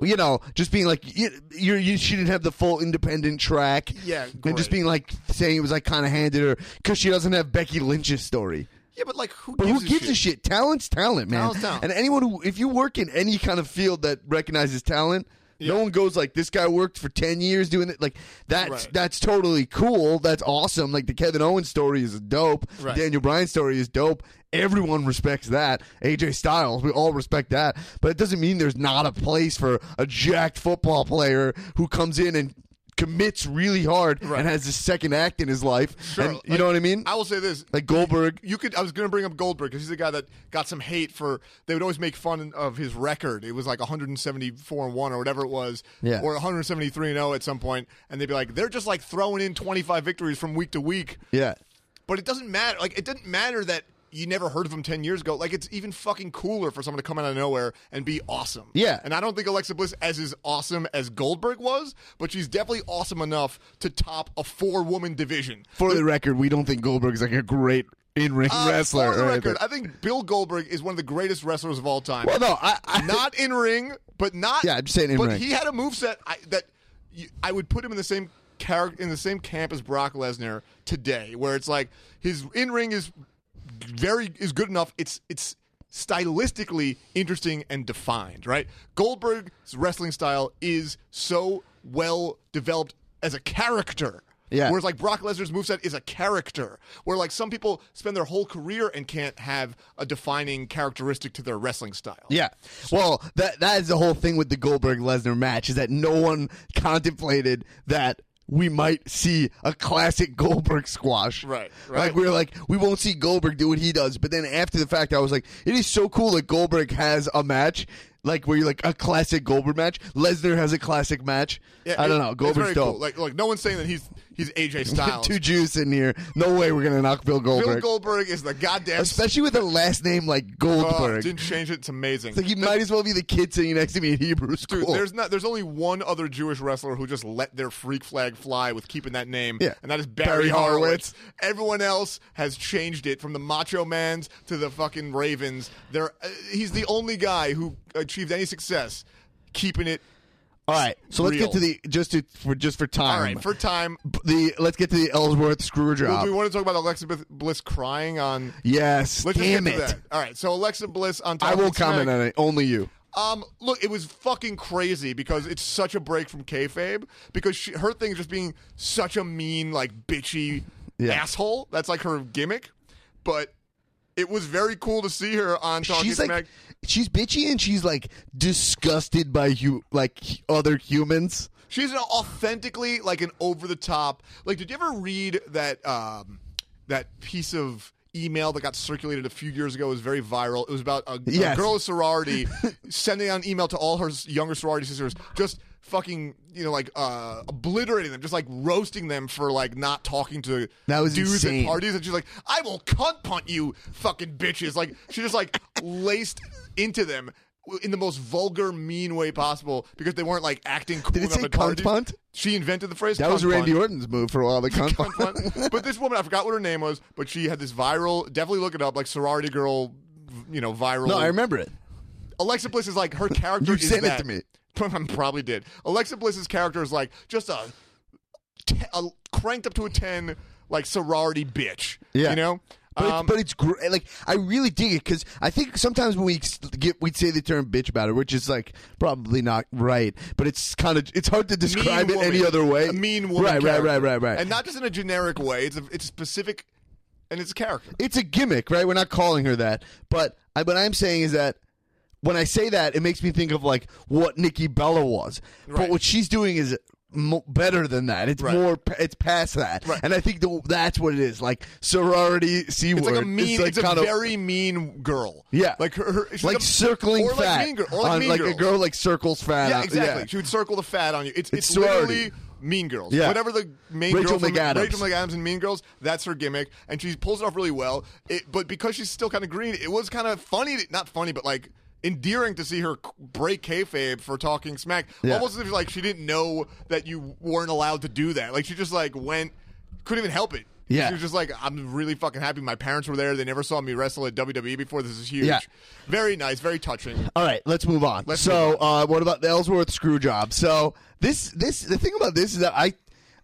Speaker 1: You know, just being like you, you're, you, she didn't have the full independent track.
Speaker 2: Yeah,
Speaker 1: and just
Speaker 2: great.
Speaker 1: being like saying it was like kind of handed her because she doesn't have Becky Lynch's story.
Speaker 2: Yeah, but like who
Speaker 1: But
Speaker 2: gives,
Speaker 1: who gives a shit? Talent's talent, man.
Speaker 2: Talent's talent.
Speaker 1: And anyone who, if you work in any kind of field that recognizes talent, no
Speaker 2: Yeah.
Speaker 1: one goes like, "This guy worked for ten years doing it." Like that's
Speaker 2: Right.
Speaker 1: that's totally cool. That's awesome. Like the Kevin Owens story is dope.
Speaker 2: Right.
Speaker 1: Daniel Bryan story is dope. Everyone respects that. AJ Styles, we all respect that. But it doesn't mean there's not a place for a jacked football player who comes in and commits really hard and has a second act in his life.
Speaker 2: Sure,
Speaker 1: And you
Speaker 2: like,
Speaker 1: know what I mean?
Speaker 2: I will say this:
Speaker 1: like Goldberg.
Speaker 2: you could. I was going to bring up Goldberg because he's the guy that got some hate for. They would always make fun of his record. It was like 174 and one or whatever it was,
Speaker 1: Yeah.
Speaker 2: or 173 and 0 at some point, and they'd be like, they're just like throwing in 25 victories from week to week.
Speaker 1: Yeah.
Speaker 2: But it doesn't matter. Like it didn't matter that you never heard of him 10 years ago. Like it's even fucking cooler for someone to come out of nowhere and be awesome.
Speaker 1: Yeah.
Speaker 2: And I don't think Alexa Bliss as is awesome as Goldberg was, but she's definitely awesome enough to top a four woman division.
Speaker 1: For the record, we don't think Goldberg's like a great in ring
Speaker 2: Uh,
Speaker 1: wrestler.
Speaker 2: For the
Speaker 1: or
Speaker 2: record,
Speaker 1: anything.
Speaker 2: I think Bill Goldberg is one of the greatest wrestlers of all time.
Speaker 1: well, no, I, I
Speaker 2: not in ring, but not.
Speaker 1: Yeah, I'm just saying in
Speaker 2: but
Speaker 1: ring.
Speaker 2: he had a moveset I, that you, I would put him in the same character in the same camp as Brock Lesnar today, where it's like his in ring is very is good enough. It's it's stylistically interesting and defined, right? Goldberg's wrestling style is so well developed as a character.
Speaker 1: Yeah.
Speaker 2: Whereas like Brock Lesnar's moveset is a character. Where like some people spend their whole career and can't have a defining characteristic to their wrestling style.
Speaker 1: Yeah. Well, that that is the whole thing with the Goldberg Lesnar match is that no one contemplated that we might see a classic Goldberg squash.
Speaker 2: Right,
Speaker 1: Like
Speaker 2: right.
Speaker 1: we we're like, we won't see Goldberg do what he does. But then after the fact, I was like, it is so cool that Goldberg has a match. Like where you're like a classic Goldberg match. Lesnar has a classic match. I don't
Speaker 2: it-
Speaker 1: know.
Speaker 2: it's
Speaker 1: Goldberg's
Speaker 2: very cool.
Speaker 1: dope.
Speaker 2: Like, like no one's saying that he's he's AJ Styles.
Speaker 1: Two Jews in here. No way we're gonna knock Bill Goldberg.
Speaker 2: Bill Goldberg is the goddamn.
Speaker 1: Especially with a last name like
Speaker 2: oh,
Speaker 1: Goldberg.
Speaker 2: didn't change it. It's amazing.
Speaker 1: It's like he might as well be the kid sitting next to me in Hebrew school.
Speaker 2: Dude, there's not. There's only one other Jewish wrestler who just let their freak flag fly with keeping that name,
Speaker 1: Yeah.
Speaker 2: and that is
Speaker 1: Barry
Speaker 2: Barry,
Speaker 1: Horowitz.
Speaker 2: Horowitz. Everyone else has changed it from the Macho Man's to the fucking Ravens. There, uh, he's the only guy who achieved any success keeping it.
Speaker 1: All right, so let's get
Speaker 2: real.
Speaker 1: to the just to for just for time.
Speaker 2: All right, for time.
Speaker 1: the let's get to the Ellsworth screw job.
Speaker 2: we want to talk about Elizabeth Bliss crying on.
Speaker 1: yes,
Speaker 2: Let's
Speaker 1: damn
Speaker 2: just get
Speaker 1: it.
Speaker 2: To that. All right, so Alexa Bliss on. Top
Speaker 1: I
Speaker 2: of
Speaker 1: won't
Speaker 2: Smack-
Speaker 1: comment on it. Only you.
Speaker 2: Um, look, it was fucking crazy because it's such a break from kayfabe because she, her thing is just being such a mean, like bitchy
Speaker 1: Yeah.
Speaker 2: asshole. That's like her gimmick, but it was very cool to see her on Talking
Speaker 1: she's
Speaker 2: Smack.
Speaker 1: like she's bitchy and she's like disgusted by you like h- other humans.
Speaker 2: She's an authentically like an over the top. Like, did you ever read that um that piece of email that got circulated a few years ago? It was very viral. It was about a, a
Speaker 1: Yes.
Speaker 2: girl of sorority sending out an email to all her s- younger sorority sisters, just fucking you know like uh obliterating them, just like roasting them for like not talking to
Speaker 1: That was
Speaker 2: dudes
Speaker 1: insane.
Speaker 2: at parties. And she's like, "I will cunt punt you, fucking bitches!" Like she just like laced into them. In the most vulgar, mean way possible, because they weren't like acting cool
Speaker 1: Did it
Speaker 2: enough
Speaker 1: say
Speaker 2: at parties.
Speaker 1: cunt punt?
Speaker 2: She invented the phrase.
Speaker 1: That
Speaker 2: cunt
Speaker 1: was Randy
Speaker 2: punt.
Speaker 1: Orton's move for a while. The cunt
Speaker 2: Cunt punt. but this woman, I forgot what her name was, but she had this viral. Definitely look it up, like sorority girl, you know, viral.
Speaker 1: No, I remember it.
Speaker 2: Alexa Bliss is like her character.
Speaker 1: You
Speaker 2: is
Speaker 1: sent it
Speaker 2: that.
Speaker 1: to me.
Speaker 2: Probably did. Alexa Bliss's character is like just a, te- a cranked up to a ten, like sorority bitch.
Speaker 1: Yeah.
Speaker 2: you know.
Speaker 1: But,
Speaker 2: Um,
Speaker 1: it's, but it's great. Like I really dig it because I think sometimes when we s- get we say the term bitch about it, which is like probably not right, but it's kind of it's hard to describe it
Speaker 2: mean woman.
Speaker 1: any other way.
Speaker 2: A mean woman.
Speaker 1: Right, right,
Speaker 2: character.
Speaker 1: right, right, right.
Speaker 2: And not just in a generic way. It's a, it's specific, and it's a character.
Speaker 1: it's a gimmick, right? We're not calling her that. But I, what I'm saying is that when I say that, it makes me think of like what Nikki Bella was. But
Speaker 2: Right.
Speaker 1: what she's doing is mo- better than that. It's
Speaker 2: Right.
Speaker 1: more. pa- It's past that.
Speaker 2: Right.
Speaker 1: And I think the, that's what it is. Like sorority c
Speaker 2: It's
Speaker 1: word.
Speaker 2: like a mean.
Speaker 1: like
Speaker 2: It's, a
Speaker 1: kinda-
Speaker 2: very mean girl.
Speaker 1: Yeah.
Speaker 2: like her, her she's
Speaker 1: like,
Speaker 2: a-
Speaker 1: circling
Speaker 2: or like
Speaker 1: fat
Speaker 2: mean girl, or like
Speaker 1: on,
Speaker 2: mean
Speaker 1: a
Speaker 2: girls.
Speaker 1: girl like circles fat.
Speaker 2: Yeah,
Speaker 1: on-
Speaker 2: exactly. She would circle the fat on you. It's it's,
Speaker 1: Uh, sorority.
Speaker 2: literally Mean Girls.
Speaker 1: Yeah.
Speaker 2: Whatever the main
Speaker 1: Rachel
Speaker 2: girl from
Speaker 1: McAdams.
Speaker 2: Rachel McAdams and Mean Girls, that's her gimmick, and she pulls it off really well. It, but because she's still kind of green, it was kind of funny, not funny, but like endearing to see her c- break kayfabe for talking smack,
Speaker 1: Yeah.
Speaker 2: almost as if like she didn't know that you weren't allowed to do that. Like she just like went, couldn't even help it.
Speaker 1: Yeah.
Speaker 2: She was just like, I'm really fucking happy. My parents were there. They never saw me wrestle at WWE before. This is huge.
Speaker 1: Yeah.
Speaker 2: Very nice. Very touching.
Speaker 1: All right, let's move on.
Speaker 2: Let's
Speaker 1: so, Uh, what about the Ellsworth screw job? So this this the thing about this is that I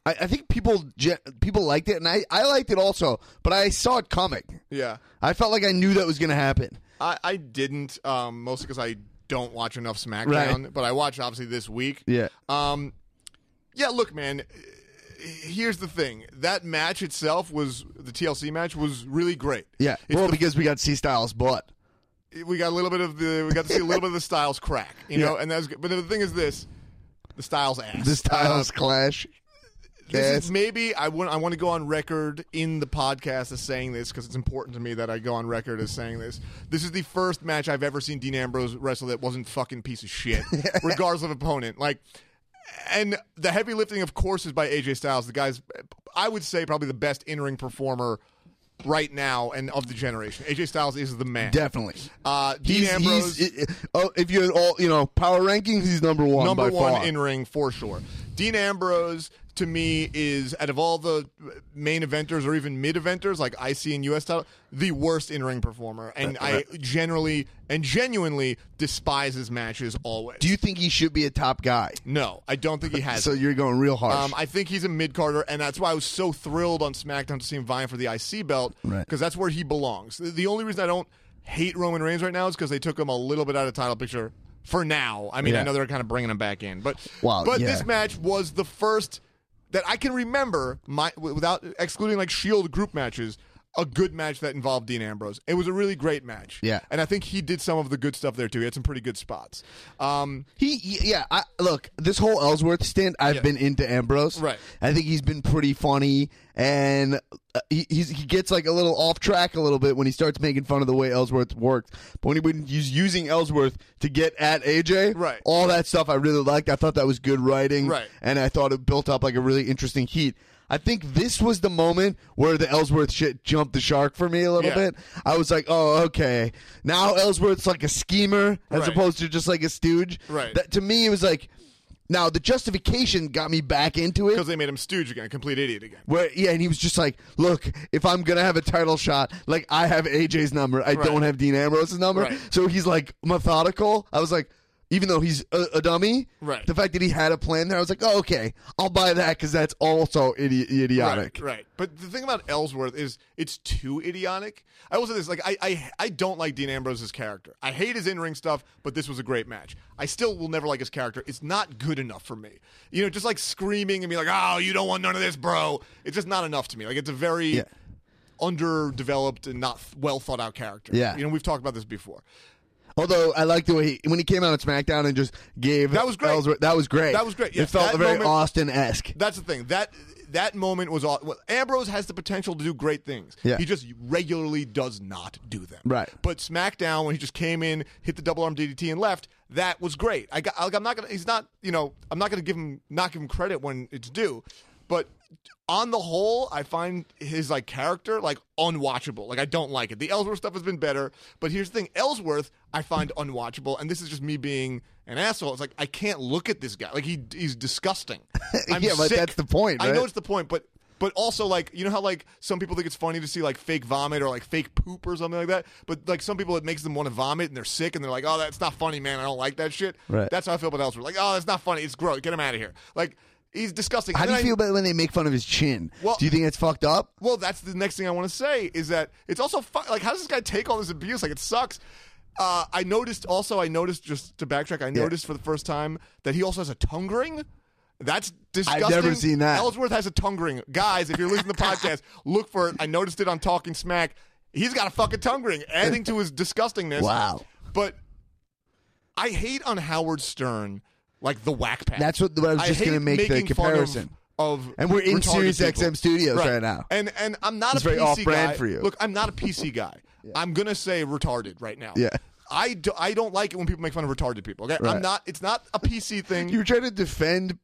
Speaker 1: I, I think people ge- people liked it, and I I liked it also, but I saw it coming.
Speaker 2: Yeah.
Speaker 1: I felt like I knew that was going to happen.
Speaker 2: I, I didn't, um, mostly because I don't watch enough SmackDown,
Speaker 1: Right.
Speaker 2: but I watched obviously this week.
Speaker 1: Yeah.
Speaker 2: Um, yeah. Look, man. uh, Here's the thing. That match itself was the TLC match was really great.
Speaker 1: Yeah.
Speaker 2: It's
Speaker 1: well,
Speaker 2: the-
Speaker 1: because we got C Styles, but
Speaker 2: we got a little bit of the we got to see a little bit of the Styles crack, you know. And that's but the thing is this, the Styles ass.
Speaker 1: the Styles clash.
Speaker 2: This
Speaker 1: Yes.
Speaker 2: is maybe I want I want to go on record in the podcast as saying this because it's important to me that I go on record as saying this. This is the first match I've ever seen Dean Ambrose wrestle that wasn't fucking piece of shit, regardless of opponent. Like, and the heavy lifting, of course, is by AJ Styles. The guy's I would say probably the best in ring performer right now and of the generation. AJ Styles is the man.
Speaker 1: Definitely.
Speaker 2: Uh, Dean
Speaker 1: He's,
Speaker 2: Ambrose.
Speaker 1: he's i- i- oh, if you're all you know power rankings, he's number one. by
Speaker 2: number one
Speaker 1: far.
Speaker 2: in ring for sure. Dean Ambrose to me is out of all the main eventers or even mid eventers like IC and US title, the worst in ring performer, and I generally and genuinely despise his matches always.
Speaker 1: Do you think he should be a top guy?
Speaker 2: no, I don't think he has.
Speaker 1: So you're going real harsh.
Speaker 2: Um, I think he's a mid carder, and that's why I was so thrilled on SmackDown to see him vying for the IC belt because
Speaker 1: Right.
Speaker 2: that's where he belongs. The- The only reason I don't hate Roman Reigns right now is because they took him a little bit out of title picture for now. I mean,
Speaker 1: Yeah.
Speaker 2: I know they're kind of bringing him back in, but
Speaker 1: Well,
Speaker 2: but
Speaker 1: yeah.
Speaker 2: this match was the first that I can remember my w- without excluding like Shield group matches. a good match that involved Dean Ambrose. It was a really great match.
Speaker 1: Yeah.
Speaker 2: and I think he did some of the good stuff there too. He had some pretty good spots. Um,
Speaker 1: He, yeah, I, look, this whole Ellsworth stint, I've
Speaker 2: Yeah.
Speaker 1: been into Ambrose.
Speaker 2: Right.
Speaker 1: I think he's been pretty funny, and uh, he, he's, he gets like a little off track a little bit when he starts making fun of the way Ellsworth works. But when he when he's using Ellsworth to get at AJ,
Speaker 2: Right.
Speaker 1: all that stuff I really liked. I thought that was good writing,
Speaker 2: Right.
Speaker 1: and I thought it built up like a really interesting heat. I think this was the moment where the Ellsworth shit jumped the shark for me a little
Speaker 2: Yeah.
Speaker 1: bit. I was like, oh, okay. Now Ellsworth's like a schemer as
Speaker 2: Right.
Speaker 1: opposed to just like a stooge.
Speaker 2: Right.
Speaker 1: That, to me, it was like, now the justification got me back into it.
Speaker 2: because they made him stooge again, a complete idiot again.
Speaker 1: Where yeah, and he was just like, "Look, if I'm gonna have a title shot, like I have AJ's number, I don't have Dean Ambrose's number."
Speaker 2: Right.
Speaker 1: So he's like methodical. I was like, even though he's a, a dummy,
Speaker 2: Right.
Speaker 1: The fact that he had a plan there, I was like, "Oh, okay, I'll buy that because that's also idi- idiotic."
Speaker 2: Right, right. But the thing about Ellsworth is it's too idiotic. I will say this: like, I, I, I don't like Dean Ambrose's character. I hate his in-ring stuff, but this was a great match. I still will never like his character. It's not good enough for me. You know, just like screaming and be like, "Oh, you don't want none of this, bro." It's just not enough to me. Like, it's a very
Speaker 1: Yeah.
Speaker 2: underdeveloped and not well thought out character.
Speaker 1: Yeah.
Speaker 2: you know, we've talked about this before.
Speaker 1: Although I like the way he, when he came out on SmackDown and just gave
Speaker 2: That was great.
Speaker 1: Ellsworth- that was great.
Speaker 2: That was great. Yeah,
Speaker 1: it felt
Speaker 2: that
Speaker 1: very
Speaker 2: moment-
Speaker 1: Austin esque.
Speaker 2: That's the thing. That that moment was all. Well, Ambrose has the potential to do great things.
Speaker 1: Yeah.
Speaker 2: He just regularly does not do them.
Speaker 1: Right.
Speaker 2: But SmackDown, when he just came in, hit the double arm DDT and left, that was great. I got. I'm not gonna. He's not. You know. I'm not gonna give him not give him credit when it's due. But on the whole, I find his like character like unwatchable. Like I don't like it. The Ellsworth stuff has been better, but here's the thing: Ellsworth I find unwatchable, and this is just me being an asshole. It's like I can't look at this guy. Like he he's disgusting. I'm
Speaker 1: Yeah, but
Speaker 2: sick.
Speaker 1: that's the point,
Speaker 2: I
Speaker 1: right?
Speaker 2: know it's the point, but but also like you know how like some people think it's funny to see like fake vomit or like fake poop or something like that, but like some people it makes them want to vomit and they're sick and they're like, oh, that's not funny, man. I don't like that shit.
Speaker 1: Right.
Speaker 2: That's how I feel about Ellsworth. Like, oh, that's not funny. It's gross. Get him out of here. Like. He's disgusting.
Speaker 1: How
Speaker 2: And
Speaker 1: do you
Speaker 2: then I-
Speaker 1: feel about when they make fun of his chin?
Speaker 2: Well-
Speaker 1: do you think that's fucked up?
Speaker 2: well, that's the next thing I want to say is that it's also fu- like, how does this guy take all this abuse? Like, it sucks. Uh, I noticed also, I noticed just to backtrack, I noticed for the first time that he also has a tongue ring. That's disgusting.
Speaker 1: never seen that.
Speaker 2: Ellsworth has a tongue ring. Guys, if you're listening to the podcast, look for it. I noticed it on Talking Smack. He's got a fucking tongue ring, adding to his disgustingness.
Speaker 1: Wow.
Speaker 2: But I hate on Howard Stern, like the whack pack.
Speaker 1: That's what- what I was just
Speaker 2: hate
Speaker 1: gonna make the
Speaker 2: making fun of-
Speaker 1: comparison.
Speaker 2: Of
Speaker 1: And we're in
Speaker 2: retarded
Speaker 1: Sirius
Speaker 2: people.
Speaker 1: XM studios right now.
Speaker 2: And and I'm not
Speaker 1: It's
Speaker 2: a
Speaker 1: very
Speaker 2: PC
Speaker 1: off-brand
Speaker 2: guy.
Speaker 1: for you.
Speaker 2: Look, I'm not a PC guy. I'm gonna say retarded right now.
Speaker 1: Yeah.
Speaker 2: I, do, I don't like it when people make fun of retarded people. Okay,
Speaker 1: Right.
Speaker 2: I'm not. It's not a PC thing.
Speaker 1: You were trying to defend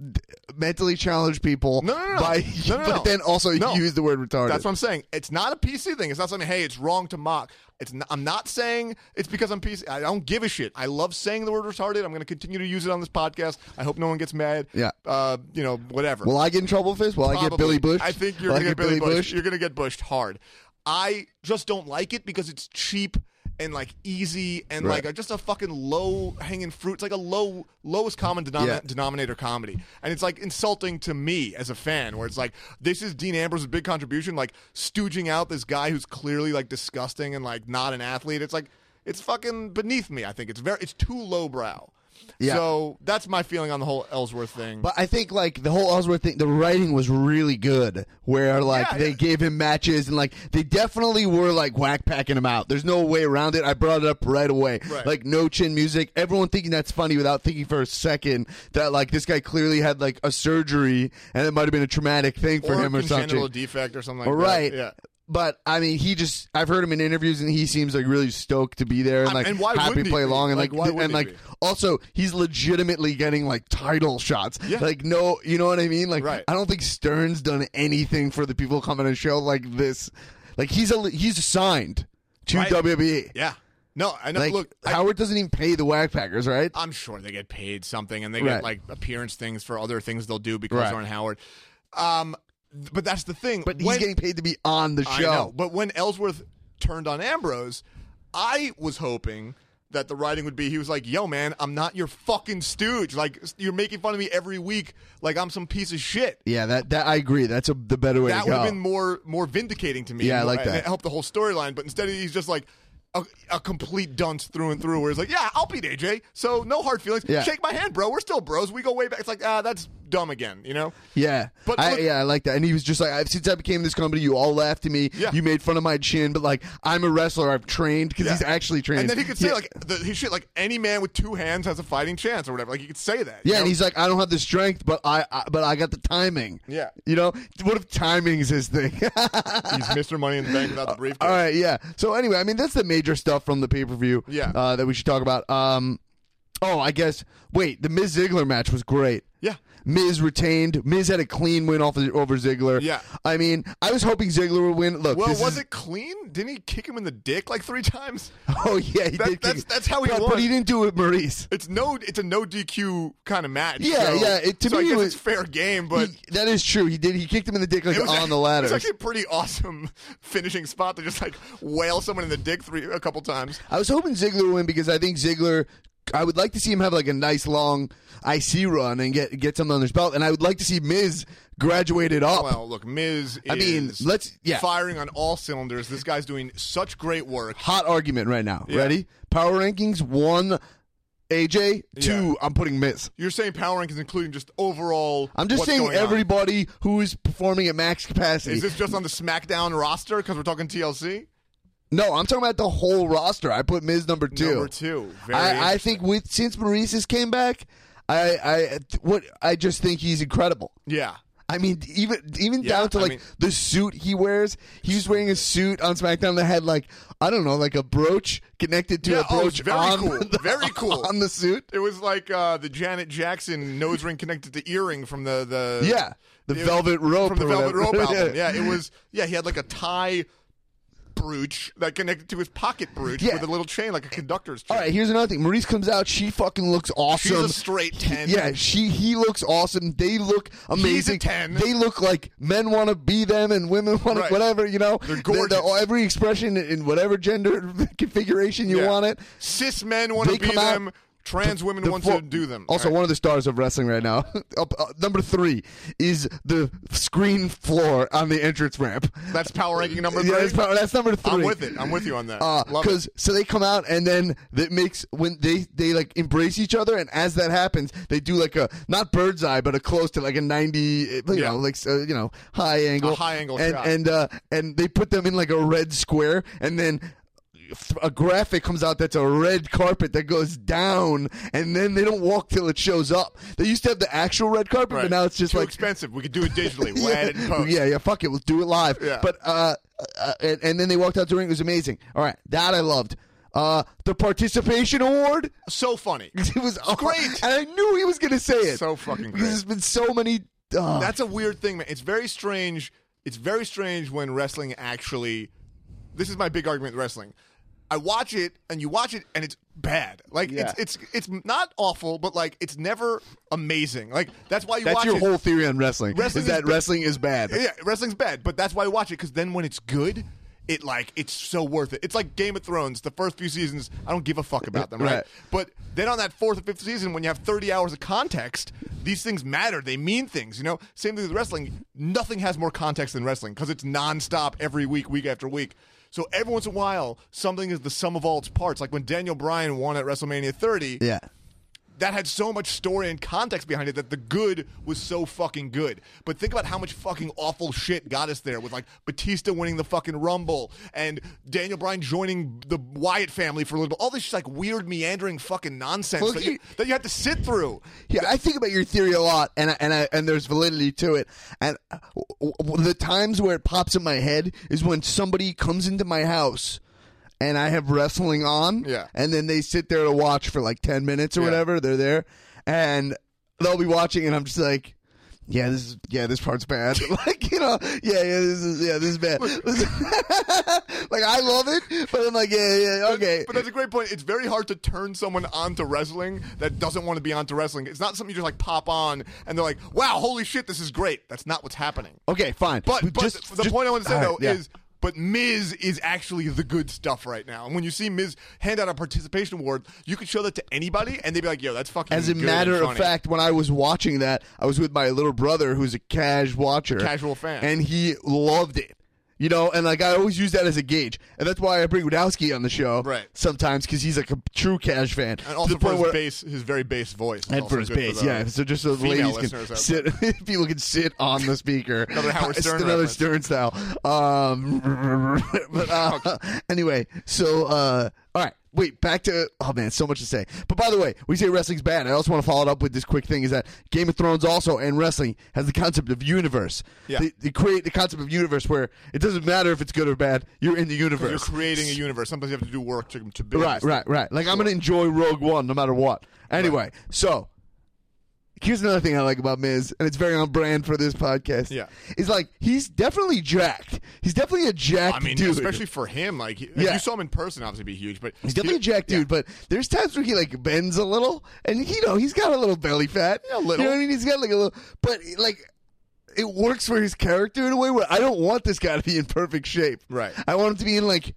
Speaker 1: d- mentally challenged people
Speaker 2: No, no, no.
Speaker 1: by
Speaker 2: No, no,
Speaker 1: but
Speaker 2: no.
Speaker 1: then also
Speaker 2: No.
Speaker 1: use the word retarded.
Speaker 2: That's what I'm saying. It's not a PC thing. It's not something. Hey, it's wrong to mock. It's. Not, I'm not saying it's because I'm PC. I don't give a shit. I love saying the word retarded. I'm going to continue to use it on this podcast. I hope no one gets mad.
Speaker 1: Yeah.
Speaker 2: Uh, you know, whatever.
Speaker 1: Will I get in trouble for this? Will I get Billy
Speaker 2: Probably.
Speaker 1: Bush?
Speaker 2: I think you're
Speaker 1: Will
Speaker 2: going to get Billy Bush.
Speaker 1: Bushed?
Speaker 2: You're going to get bushed hard. I just don't like it because it's cheap and like easy and
Speaker 1: Right.
Speaker 2: like just a fucking low hanging fruit. It's like a low lowest common denom-
Speaker 1: Yeah.
Speaker 2: denominator comedy, and it's like insulting to me as a fan. Where it's like this is Dean Ambrose's big contribution, like stooging out this guy who's clearly like disgusting and like not an athlete. It's like it's fucking beneath me. I think it's very it's too lowbrow.
Speaker 1: Yeah.
Speaker 2: So that's my feeling on the whole Ellsworth thing.
Speaker 1: But I think like the whole Ellsworth thing, the writing was really good. Where like
Speaker 2: Yeah,
Speaker 1: they
Speaker 2: yeah.
Speaker 1: gave him matches and like they definitely were like whack packing him out. There's no way around it. I brought it up right away.
Speaker 2: Right.
Speaker 1: Like no chin music. Everyone thinking that's funny without thinking for a second that like this guy clearly had like a surgery and it might have been a traumatic thing for
Speaker 2: or
Speaker 1: him or
Speaker 2: congenital
Speaker 1: something.
Speaker 2: defect or something like
Speaker 1: All
Speaker 2: that.
Speaker 1: right.
Speaker 2: Yeah.
Speaker 1: But I mean, he just—I've heard him in interviews, and he seems like really stoked to be there, and
Speaker 2: Um,
Speaker 1: like
Speaker 2: and why
Speaker 1: happy
Speaker 2: wouldn't
Speaker 1: to
Speaker 2: he
Speaker 1: play
Speaker 2: be?
Speaker 1: along, and like,
Speaker 2: Like, why
Speaker 1: and
Speaker 2: wouldn't
Speaker 1: like
Speaker 2: he be?
Speaker 1: also he's legitimately getting like title shots.
Speaker 2: Yeah.
Speaker 1: Like no, you know what I mean? Like
Speaker 2: Right.
Speaker 1: I don't think Stern's done anything for the people coming to show like this. Like he's a he's signed to
Speaker 2: Right.
Speaker 1: WWE.
Speaker 2: Yeah. No, I know.
Speaker 1: Like
Speaker 2: look, I, Uh,
Speaker 1: Howard doesn't even pay the Whack Packers, right?
Speaker 2: I'm sure they get paid something, and they
Speaker 1: Right.
Speaker 2: get like appearance things for other things they'll do because
Speaker 1: Right.
Speaker 2: they're on Howard. Um, th- but that's the thing.
Speaker 1: but he's
Speaker 2: When-
Speaker 1: getting paid to be on the
Speaker 2: I
Speaker 1: show.
Speaker 2: know. But when Ellsworth turned on Ambrose, I was hoping that the writing would be he was like, "Yo, man, I'm not your fucking stooge. Like you're making fun of me every week. Like I'm some piece of shit."
Speaker 1: Yeah, that that I agree. That's a the better way to
Speaker 2: that would
Speaker 1: go.
Speaker 2: have been more more vindicating to me.
Speaker 1: Yeah, I like
Speaker 2: and
Speaker 1: that.
Speaker 2: It helped the whole storyline, but instead he's just like a, a complete dunce through and through. Where he's like, "Yeah, I'll beat AJ, so no hard feelings.
Speaker 1: Yeah.
Speaker 2: Shake my hand, bro. We're still bros. We go way back." It's like, ah, that's dumb again. You know,
Speaker 1: Yeah,
Speaker 2: But
Speaker 1: I,
Speaker 2: look-
Speaker 1: yeah, I like that. And he was just like, I've, since I became this company, you all laughed at me.
Speaker 2: Yeah.
Speaker 1: You made fun of my chin, but like, I'm a wrestler. I've trained because
Speaker 2: Yeah.
Speaker 1: he's actually trained.
Speaker 2: and then he could say
Speaker 1: yeah.
Speaker 2: like the, he shit like any man with two hands has a fighting chance or whatever. Like he could say that. you
Speaker 1: yeah,
Speaker 2: know?
Speaker 1: and he's like, I don't have the strength, but I, I but I got the timing.
Speaker 2: Yeah.
Speaker 1: you know, what if timing's his thing?
Speaker 2: he's Mr. Money in the Bank without the briefcase.
Speaker 1: Uh, all right, yeah. So anyway, I mean, that's the major stuff from the pay per view.
Speaker 2: Yeah.
Speaker 1: uh, that we should talk about. Um, oh, I guess. Wait, the Miz Ziggler match was great.
Speaker 2: Yeah.
Speaker 1: Miz retained. Miz had a clean win off of, over Ziggler.
Speaker 2: Yeah.
Speaker 1: I mean, I was hoping Ziggler would win. Look,
Speaker 2: Well,
Speaker 1: this
Speaker 2: was
Speaker 1: is-
Speaker 2: it clean? Didn't he kick him in the dick like three times?
Speaker 1: Oh yeah, he
Speaker 2: That-
Speaker 1: did.
Speaker 2: that's-
Speaker 1: kick-
Speaker 2: that's how he
Speaker 1: but,
Speaker 2: won.
Speaker 1: But he didn't do it, Maurice.
Speaker 2: It's no, it's a no DQ kind of match.
Speaker 1: Yeah,
Speaker 2: so-
Speaker 1: yeah, it- to
Speaker 2: so
Speaker 1: me
Speaker 2: I
Speaker 1: it
Speaker 2: guess
Speaker 1: was-
Speaker 2: it's fair game, but
Speaker 1: He- that is true. He did. He kicked him in the dick like
Speaker 2: it was
Speaker 1: on the
Speaker 2: It was
Speaker 1: ladder.
Speaker 2: actually a pretty awesome finishing spot to just like whale someone in the dick three a couple times.
Speaker 1: I was hoping Ziggler would win because I think Ziggler. I would like to see him have like a nice long IC run and get get something on his belt, and I would like to see Miz graduated up.
Speaker 2: Well, look, Miz. Is
Speaker 1: Oh. I mean, let's- yeah.
Speaker 2: firing on all cylinders. This guy's doing such great work.
Speaker 1: Hot argument right now.
Speaker 2: Yeah.
Speaker 1: Ready? Power rankings one, AJ two.
Speaker 2: Yeah.
Speaker 1: I'm putting Miz.
Speaker 2: You're saying power rankings, including just overall.
Speaker 1: I'm just
Speaker 2: what's
Speaker 1: saying
Speaker 2: going on.
Speaker 1: everybody who is performing at max capacity.
Speaker 2: Is this just on the SmackDown roster? Because we're talking TLC.
Speaker 1: no, I'm talking about the whole roster. I put Miz number two.
Speaker 2: Number two. Very
Speaker 1: I, I
Speaker 2: interesting.
Speaker 1: think with since Maurice's came back, I, I what I just think he's incredible.
Speaker 2: Yeah.
Speaker 1: I mean, even even
Speaker 2: Yeah,
Speaker 1: down to
Speaker 2: I
Speaker 1: like
Speaker 2: mean-
Speaker 1: the suit he wears. He was wearing a suit on SmackDown that had like I don't know, like a brooch connected to
Speaker 2: Yeah,
Speaker 1: a
Speaker 2: oh,
Speaker 1: brooch.
Speaker 2: very
Speaker 1: on
Speaker 2: cool.
Speaker 1: the-
Speaker 2: Very cool.
Speaker 1: on the suit.
Speaker 2: It was like uh, the Janet Jackson nose ring connected to earring from the the
Speaker 1: Yeah, the
Speaker 2: it-
Speaker 1: velvet rope
Speaker 2: from the
Speaker 1: or
Speaker 2: Velvet Rope
Speaker 1: whatever.
Speaker 2: album. Yeah, it was. Yeah, he had like a tie brooch that connected to his pocket brooch
Speaker 1: Yeah.
Speaker 2: with a little chain, like a conductor's chain.
Speaker 1: All right, here's another thing. Maurice comes out. She fucking looks
Speaker 2: She's
Speaker 1: awesome.
Speaker 2: a straight ten.
Speaker 1: Yeah, she he looks awesome. They look amazing.
Speaker 2: 10.
Speaker 1: They look like men want to be them and women want
Speaker 2: Right.
Speaker 1: to whatever you know.
Speaker 2: They're gorgeous.
Speaker 1: every expression in whatever gender configuration you
Speaker 2: Yeah.
Speaker 1: want it.
Speaker 2: cis men want
Speaker 1: They
Speaker 2: to be
Speaker 1: come out-
Speaker 2: them. Trans women
Speaker 1: The
Speaker 2: want
Speaker 1: fo-
Speaker 2: to do them.
Speaker 1: Also,
Speaker 2: All right.
Speaker 1: one of the stars of wrestling right now. Up, uh, number three is the screen floor on the entrance ramp.
Speaker 2: that's power ranking number three.
Speaker 1: Yeah, that's, Uh, probably, that's number 3
Speaker 2: I'm with it. I'm with you on that. Love it.
Speaker 1: because so they come out and then that makes when they they like embrace each other and as that happens they do like a not bird's eye but a close to like a ninety uh, you
Speaker 2: Yeah.
Speaker 1: know like uh, you know high angle
Speaker 2: high angle
Speaker 1: and
Speaker 2: shot.
Speaker 1: and uh, and they put them in like a red square and then. A graphic comes out that's a red carpet that goes down, and then they don't walk till it shows up. They used to have the actual red carpet,
Speaker 2: Right.
Speaker 1: but now it's just
Speaker 2: Too
Speaker 1: like
Speaker 2: expensive. We could do it digitally. We'll add it in post.
Speaker 1: yeah, yeah, fuck it. We'll do it live.
Speaker 2: Yeah.
Speaker 1: But uh, uh and, and then they walked out during. It was amazing. All right, that I loved. Uh, the participation award.
Speaker 2: So funny.
Speaker 1: It was
Speaker 2: great.
Speaker 1: and I knew he was gonna say it.
Speaker 2: So fucking
Speaker 1: because
Speaker 2: great.
Speaker 1: there's been so many. Uh,
Speaker 2: That's a weird thing, man. It's very strange. It's very strange when wrestling actually. This is my big argument with wrestling. I watch it and you watch it and it's bad. Like
Speaker 1: Yeah.
Speaker 2: it's it's it's not awful, but like it's never amazing. Like that's why you
Speaker 1: that's
Speaker 2: watch
Speaker 1: your
Speaker 2: it.
Speaker 1: whole theory on wrestling.
Speaker 2: Wrestling
Speaker 1: is that
Speaker 2: is-
Speaker 1: wrestling is bad?
Speaker 2: yeah, wrestling's bad, but that's why you watch it because then when it's good, it like it's so worth it. It's like Game of Thrones. The first few seasons, I don't give a fuck about them, right?
Speaker 1: Right.
Speaker 2: But then on that fourth or fifth season, when you have thirty hours of context, these things matter. They mean things, you know. Same thing with wrestling. Nothing has more context than wrestling because it's nonstop every week, week after week. So every once in a while, something is the sum of all its parts. Like when Daniel Bryan won at WrestleMania 30,
Speaker 1: yeah.
Speaker 2: that had so much story and context behind it that the good was so fucking good. But think about how much fucking awful shit got us there with like Batista winning the fucking Rumble and Daniel Bryan joining the Wyatt family for a little bit. All this just like weird meandering fucking nonsense
Speaker 1: Well,
Speaker 2: that,
Speaker 1: he-
Speaker 2: you, that you have to sit through.
Speaker 1: Yeah, I think about your theory a lot, and I, and I, and there's validity to it. And uh, w- w- the times where it pops in my head is when somebody comes into my house, and I have wrestling on,
Speaker 2: Yeah.
Speaker 1: and then they sit there to watch for like ten minutes or
Speaker 2: Yeah.
Speaker 1: whatever. They're there, and they'll be watching, and I'm just like. Yeah, this is yeah, this part's bad. like you know, yeah, yeah, this is yeah, this is bad. like I love it, but I'm like, yeah, yeah, okay.
Speaker 2: But that's a great point. It's very hard to turn someone onto wrestling that doesn't want to be onto wrestling. It's not something you just like pop on and they're like, wow, holy shit, this is great. That's not what's happening.
Speaker 1: Okay, fine.
Speaker 2: But, but
Speaker 1: Just-
Speaker 2: the, the
Speaker 1: just-
Speaker 2: point I want to say
Speaker 1: all right,
Speaker 2: though
Speaker 1: yeah.
Speaker 2: is, but Miz is actually the good stuff right now. And when you see Miz hand out a participation award, you could show that to anybody, and they'd be like, "Yo, that's fucking."
Speaker 1: As a
Speaker 2: good
Speaker 1: matter
Speaker 2: and
Speaker 1: of
Speaker 2: funny."
Speaker 1: fact, when I was watching that, I was with my little brother who's a cash watcher,
Speaker 2: Casual fan.
Speaker 1: and he loved it. You know, and like I always use that as a gauge, and that's why I bring Rudowski on the show
Speaker 2: Right.
Speaker 1: sometimes because he's like a true Cash fan.
Speaker 2: And
Speaker 1: to
Speaker 2: also
Speaker 1: the
Speaker 2: for
Speaker 1: point
Speaker 2: his
Speaker 1: where
Speaker 2: bass, his very bass voice. is
Speaker 1: and
Speaker 2: also
Speaker 1: for his
Speaker 2: good
Speaker 1: bass,
Speaker 2: the-
Speaker 1: yeah. So just so the
Speaker 2: female
Speaker 1: ladies can
Speaker 2: listeners out
Speaker 1: sit, people can sit on the speaker.
Speaker 2: Another Howard
Speaker 1: It's
Speaker 2: Stern
Speaker 1: another
Speaker 2: reference.
Speaker 1: Stern style. Um, but uh, anyway, so uh, all right. Wait, back to oh man, so much to say. But by the way, we say wrestling's bad. I also want to follow it up with this quick thing: is that Game of Thrones also and wrestling has the concept of universe.
Speaker 2: Yeah.
Speaker 1: They, they create the concept of universe where it doesn't matter if it's good or bad. You're in the universe.
Speaker 2: You're creating a universe. Sometimes you have to do work to, to build.
Speaker 1: Right,
Speaker 2: this.
Speaker 1: right, right. Like I'm gonna enjoy Rogue One no matter what. Anyway, so here's another thing I like about Miz, and it's very on brand for this podcast.
Speaker 2: Yeah.
Speaker 1: is like he's definitely jacked. He's definitely a jacked
Speaker 2: I mean,
Speaker 1: dude.
Speaker 2: especially for him, like he- if
Speaker 1: Yeah.
Speaker 2: you saw him in person, obviously it'd be huge. But
Speaker 1: he's definitely a jacked dude. But there's times where he like bends a little, and you know he's got a little belly fat.
Speaker 2: Yeah, a little.
Speaker 1: You know what I mean? He's got like a little, but like. It works for his character in a way where I don't want this guy to be in perfect shape.
Speaker 2: Right.
Speaker 1: I want him to be in like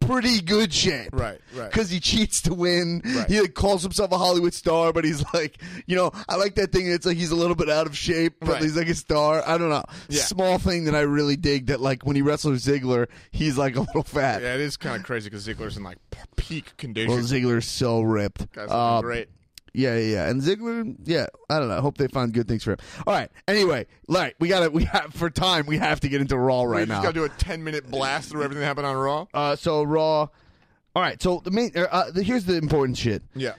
Speaker 1: pretty good shape.
Speaker 2: Right, right.
Speaker 1: Because he cheats to win.
Speaker 2: Right.
Speaker 1: He like, calls himself a Hollywood star, but he's like, you know, I like that thing. It's like he's a little bit out of shape, but
Speaker 2: Right.
Speaker 1: he's like a star. I don't know.
Speaker 2: Yeah.
Speaker 1: Small thing that I really dig that like when he wrestles Ziggler, he's like a little fat.
Speaker 2: yeah, it is kind of crazy because Ziggler's in like p- peak condition.
Speaker 1: Well, Ziggler's so ripped.
Speaker 2: Guys,
Speaker 1: Um,
Speaker 2: great.
Speaker 1: yeah, yeah, yeah. And Ziggler, yeah, I don't know. I hope they find good things for him. All right. Anyway, like we gotta we have for time we have to get into Raw right
Speaker 2: We
Speaker 1: now.
Speaker 2: just got to do a ten minute blast through everything that happened on Raw.
Speaker 1: uh, so Raw. All right. So the main. Uh, the, here's the important shit.
Speaker 2: Yeah,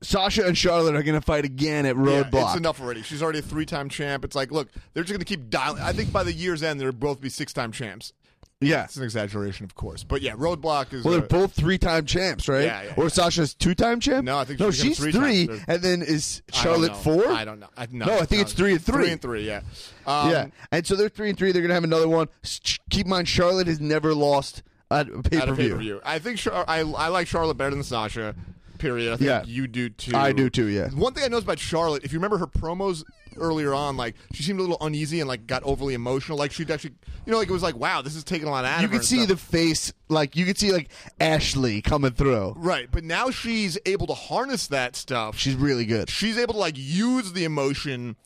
Speaker 1: Sasha and Charlotte are gonna fight again at
Speaker 2: Yeah,
Speaker 1: Roadblock.
Speaker 2: it's enough already. She's already a three time champ. It's like, look, they're just going to keep dialing. I think by the year's end, they'll both be six time champs.
Speaker 1: Yeah.
Speaker 2: It's an exaggeration, of course, but yeah, Roadblock is.
Speaker 1: Well,
Speaker 2: uh,
Speaker 1: they're both three-time champs, right?
Speaker 2: Yeah, yeah,
Speaker 1: or
Speaker 2: yeah.
Speaker 1: Sasha's two-time champ?
Speaker 2: No, I think
Speaker 1: no,
Speaker 2: she's
Speaker 1: she's
Speaker 2: become
Speaker 1: 3
Speaker 2: three times.
Speaker 1: and then is
Speaker 2: I don't
Speaker 1: Charlotte
Speaker 2: know.
Speaker 1: four?
Speaker 2: I don't know. I, no,
Speaker 1: No, I think it's three and three.
Speaker 2: Three and three. Yeah. Um,
Speaker 1: yeah, and so they're three and three. They're gonna have another one. S- ch- Keep in mind, Charlotte has never lost at a
Speaker 2: At a pay per
Speaker 1: pay-per-view.
Speaker 2: view. I think Char- I I like Charlotte better than Sasha. Period. I think
Speaker 1: Yeah.
Speaker 2: you do too.
Speaker 1: I do too, yeah.
Speaker 2: One thing I noticed about Charlotte, if you remember her promos earlier on, like she seemed a little uneasy and like got overly emotional. Like she'd actually, you know, like it was like, wow, this is taking a lot out
Speaker 1: You
Speaker 2: of her.
Speaker 1: could
Speaker 2: and
Speaker 1: see
Speaker 2: stuff.
Speaker 1: the face, like you could see like Ashley coming through.
Speaker 2: Right, but now she's able to harness that stuff.
Speaker 1: She's really good.
Speaker 2: She's able to like use the emotion